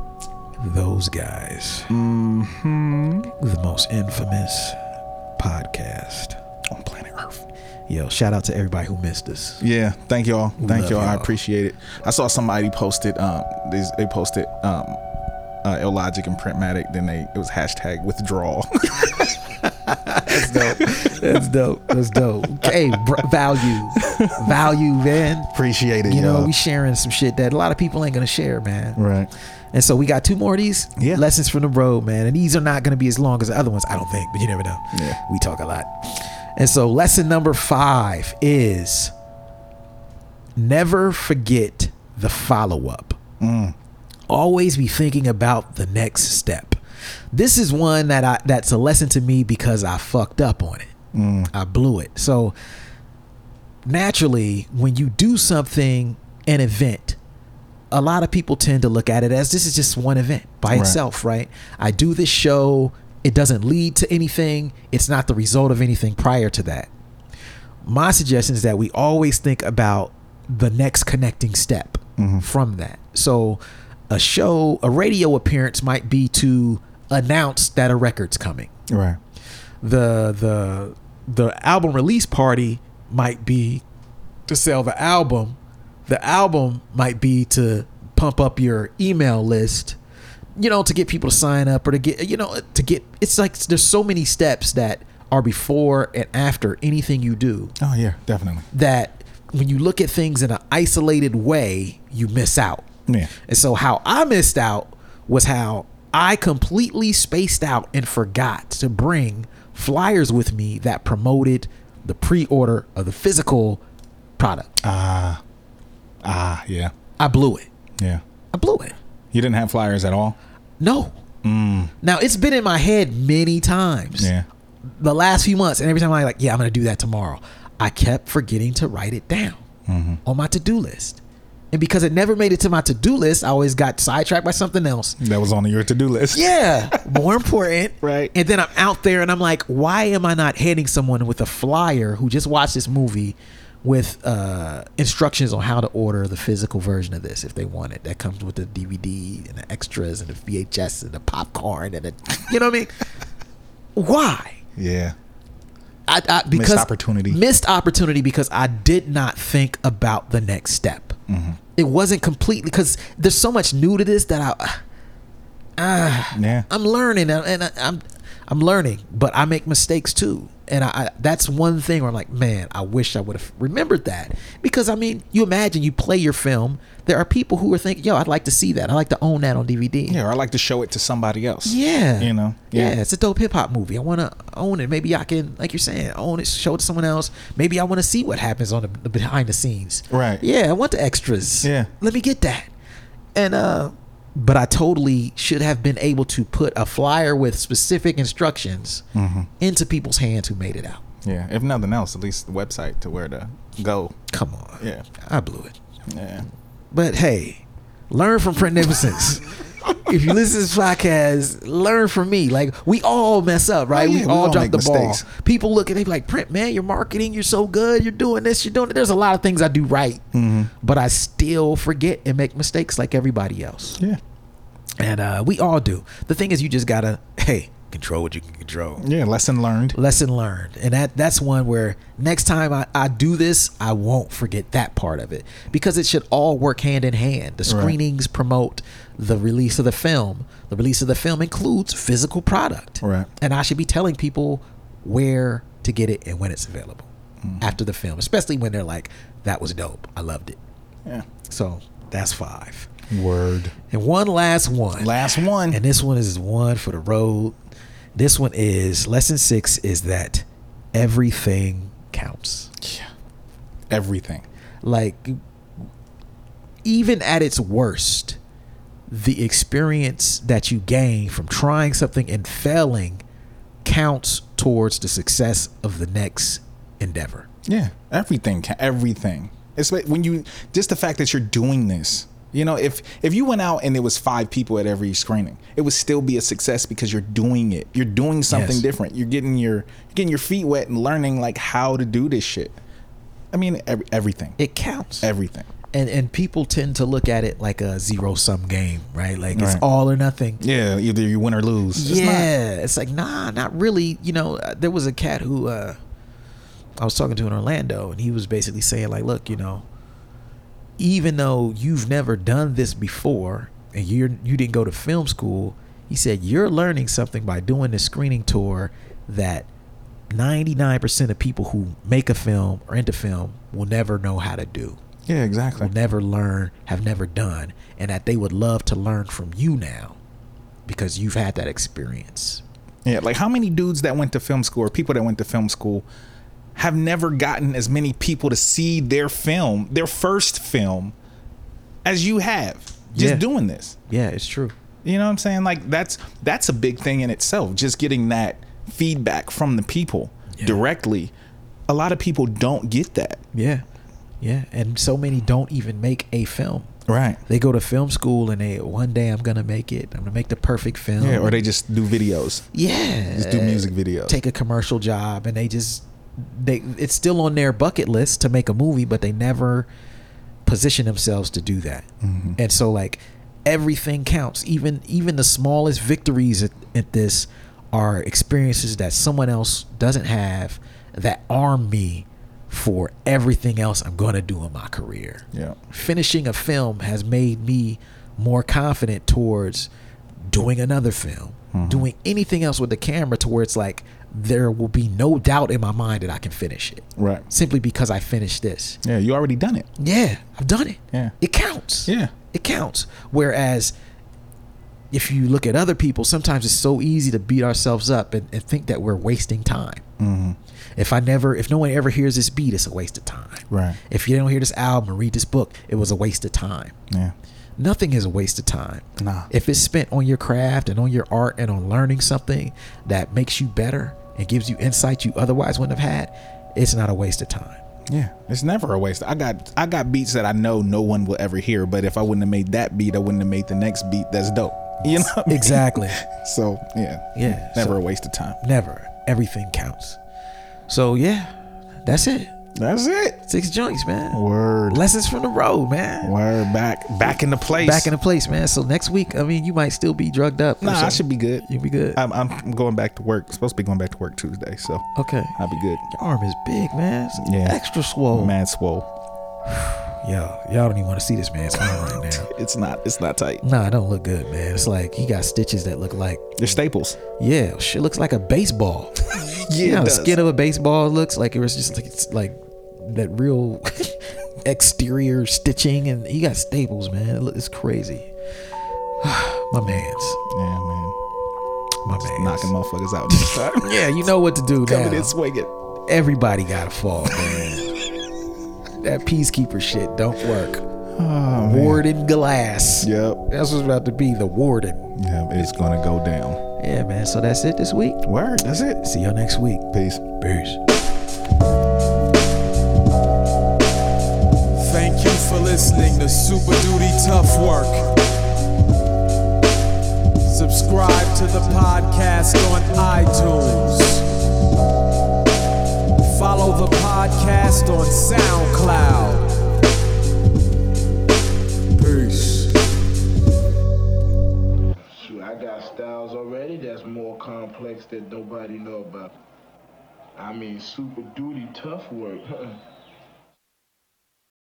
S1: Those guys. Mm-hmm. The most infamous podcast on planet Earth. Yo, shout out to everybody who missed us.
S2: Yeah, thank y'all. Thank
S1: love
S2: y'all. I
S1: y'all.
S2: appreciate it. I saw somebody posted um they, they posted um uh Illogic and Printmatic, then they it was hashtag withdrawal.
S1: That's dope. That's dope. Hey, br- value, value, man.
S2: appreciate it,
S1: You know,
S2: y'all.
S1: we sharing some shit that a lot of people ain't gonna share, man.
S2: right.
S1: And so we got two more of these.
S2: Yeah.
S1: Lessons from the road, man. And these are not going to be as long as the other ones, I don't think, but you never know.
S2: Yeah.
S1: We talk a lot. And so lesson number five is never forget the follow up.
S2: Mm.
S1: Always be thinking about the next step. This is one that I that's a lesson to me because I fucked up on it.
S2: Mm,
S1: I blew it. So naturally, when you do something, an event, a lot of people tend to look at it as this is just one event by itself, right? I do this show, it doesn't lead to anything, it's not the result of anything prior to that. My suggestion is that we always think about the next connecting step from that. So, a show, a radio appearance might be to announce that a record's coming
S2: Right.
S1: the the the album release party might be to sell the album. The album might be to pump up your email list, you know, to get people to sign up or to get you know to get. It's like there's so many steps that are before and after anything you do
S2: Oh yeah, definitely.
S1: that when you look at things in an isolated way, you miss out.
S2: Yeah.
S1: And so how I missed out was how I completely spaced out and forgot to bring flyers with me that promoted the pre-order of the physical product.
S2: Ah, yeah.
S1: I blew it.
S2: Yeah.
S1: I blew it.
S2: You didn't have flyers at all?
S1: No. Now it's been in my head many times.
S2: Mm. Yeah.
S1: the last few months, and every time I'm like, yeah, I'm gonna do that tomorrow, I kept forgetting to write it down on my to do list. And because it never made it to my to do list, I always got sidetracked by something else.
S2: That was on your to-do list.
S1: Yeah, more important.
S2: Right.
S1: And then I'm out there and I'm like, why am I not hitting someone with a flyer who just watched this movie with uh, instructions on how to order the physical version of this if they want it? That comes with the DVD and the extras and the VHS and the popcorn and the, you know what I mean? Why?
S2: Yeah.
S1: I, I because
S2: opportunity.
S1: Missed opportunity because I did not think about the next step. It wasn't completely because there's so much new to this that I
S2: Yeah.
S1: I'm learning and and I, I'm I'm learning, but I make mistakes too. And I, I that's one thing where I'm like, man, I wish I would have remembered that because I mean, you imagine you play your film. There are people who are thinking, yo, I'd like to see that. I'd like to own that on DVD.
S2: yeah, or I like to show it to somebody else.
S1: Yeah.
S2: You know?
S1: Yeah. it's a dope hip hop movie. I want to own it. Maybe I can, like you're saying, own it, show it to someone else. Maybe I want to see what happens on the, the behind the scenes.
S2: Right.
S1: Yeah, I want the extras.
S2: Yeah.
S1: Let me get that. And, uh, but I totally should have been able to put a flyer with specific instructions
S2: Mm-hmm.
S1: into people's hands who made it out.
S2: Yeah. If nothing else, at least the website to where to go.
S1: Come on.
S2: Yeah.
S1: I blew it.
S2: Yeah.
S1: But hey, learn from print magnificence. if you listen to this podcast, learn from me. Like we all mess up, right?
S2: Oh, yeah,
S1: we,
S2: we
S1: all
S2: all
S1: drop
S2: make
S1: the
S2: mistakes.
S1: ball. People look at they be like, Print, man, you're marketing, you're so good, you're doing this, you're doing that. There's a lot of things I do right.
S2: Mm-hmm.
S1: But I still forget and make mistakes like everybody else.
S2: Yeah.
S1: And uh, we all do. The thing is you just gotta, hey, control what you can control.
S2: Yeah. Lesson learned.
S1: Lesson learned. And that that's one where next time I, I do this, I won't forget that part of it. Because it should all work hand in hand. The screenings promote the release of the film. The release of the film includes physical product.
S2: Right.
S1: And I should be telling people where to get it and when it's available after the film. Especially when they're like, that was dope. I loved it.
S2: Yeah.
S1: So that's five.
S2: Word.
S1: And one last one.
S2: Last one.
S1: And this one is one for the road. This one is lesson six is that everything counts.
S2: Everything.
S1: Like, even at its worst, the experience that you gain from trying something and failing counts towards the success of the next endeavor.
S2: Yeah, everything, ca- everything. It's like when you just the fact that you're doing this. You know, if if you went out and there was five people at every screening, it would still be a success because you're doing it. You're doing something
S1: Yes.
S2: different. You're getting your you're getting your feet wet and learning like how to do this shit. I mean, every, everything,
S1: It counts.
S2: everything.
S1: and and people tend to look at it like a zero sum game, right? Like it's
S2: Right.
S1: all or nothing.
S2: Yeah, either you win or lose. It's not-
S1: yeah, it's like nah, not really. You know, uh, there was a cat who uh, I was talking to in Orlando, and he was basically saying like, look, you know, even though you've never done this before and you're you didn't go to film school, he said you're learning something by doing this screening tour that. 99% of people who make a film or into film will never know how to do
S2: yeah, exactly.
S1: will never learn, have never done, and that they would love to learn from you now because you've had that experience.
S2: Yeah, like how many dudes that went to film school or people that went to film school have never gotten as many people to see their film, their first film, as you have
S1: Yeah.
S2: just doing this.
S1: Yeah, it's true.
S2: You know what I'm saying? Like that's that's a big thing in itself. Just getting that feedback from the people directly. A lot of people don't get that.
S1: Yeah. Yeah. And so many don't even make a film.
S2: Right.
S1: They go to film school and they, one day I'm going to make it. I'm going to make the perfect film.
S2: Yeah, or they just do videos.
S1: yeah.
S2: Just do music videos.
S1: Uh, Take a commercial job and they just, they it's still on their bucket list to make a movie, but they never position themselves to do that. And so like everything counts. Even even the smallest victories at, at this are experiences that someone else doesn't have that arm me for everything else I'm gonna do in my career.
S2: Yeah.
S1: Finishing a film has made me more confident towards doing another film,
S2: Mm-hmm.
S1: doing anything else with the camera to where it's like there will be no doubt in my mind that I can finish it.
S2: Right.
S1: Simply because I finished this.
S2: Yeah, you already done it.
S1: Yeah, I've done it.
S2: Yeah.
S1: It counts.
S2: Yeah.
S1: It counts. Whereas if you look at other people, sometimes it's so easy to beat ourselves up and, and think that we're wasting time.
S2: Mm-hmm.
S1: If I never, if no one ever hears this beat, it's a waste of time.
S2: Right.
S1: If you don't hear this album or read this book, it was a waste of time.
S2: Yeah.
S1: Nothing is a waste of time.
S2: Nah.
S1: If it's spent on your craft and on your art and on learning something that makes you better and gives you insight you otherwise wouldn't have had, it's not a waste of time.
S2: Yeah, it's never a waste. I got I got beats that I know no one will ever hear, but if I wouldn't have made that beat, I wouldn't have made the next beat. That's dope. You know. what I mean?
S1: Exactly.
S2: So yeah,
S1: Yeah,
S2: never
S1: so-
S2: a waste of time.
S1: Never. Everything counts. So yeah, that's it.
S2: That's it.
S1: Six joints, man.
S2: Word.
S1: Lessons from the road, man.
S2: Word back back in the place.
S1: Back in the place, man. So next week, I mean, you might still be drugged up. or
S2: Nah, I
S1: something.
S2: should be good.
S1: You'll be good.
S2: I'm, I'm going back to work. Supposed to be going back to work Tuesday, so
S1: okay.
S2: I'll be good.
S1: Your arm is big, man. It's
S2: Yeah.
S1: Extra swole.
S2: Mad swole.
S1: Yo, y'all don't even want to see this man's arm right now.
S2: It's not. It's not tight.
S1: Nah, it don't look good, man. It's like he got stitches that look like
S2: They're staples.
S1: yeah, shit looks like a baseball.
S2: Yeah,
S1: you know,
S2: it
S1: how the
S2: does.
S1: skin of a baseball looks like it was just like it's like that real exterior stitching, and he got staples, man. It look, it's crazy. my man's,
S2: Yeah, man.
S1: my man's.
S2: Knocking motherfuckers out next time.
S1: yeah, you know what to do now.
S2: Coming in swinging.
S1: Everybody gotta fall, man. that peacekeeper shit don't work.
S2: Oh,
S1: warden glass.
S2: Yep.
S1: That's what's about to be the warden.
S2: Yep. It's gonna go down.
S1: Yeah, man. So that's it this week.
S2: Word. That's it.
S1: See y'all next week.
S2: Peace.
S1: Peace.
S6: Thank you for listening to Super Duty Tough Work.
S4: Subscribe to the podcast on iTunes. Follow the podcast on SoundCloud. Peace.
S7: Shoot, I got styles already that's more complex that nobody know about. I mean, super duty tough work.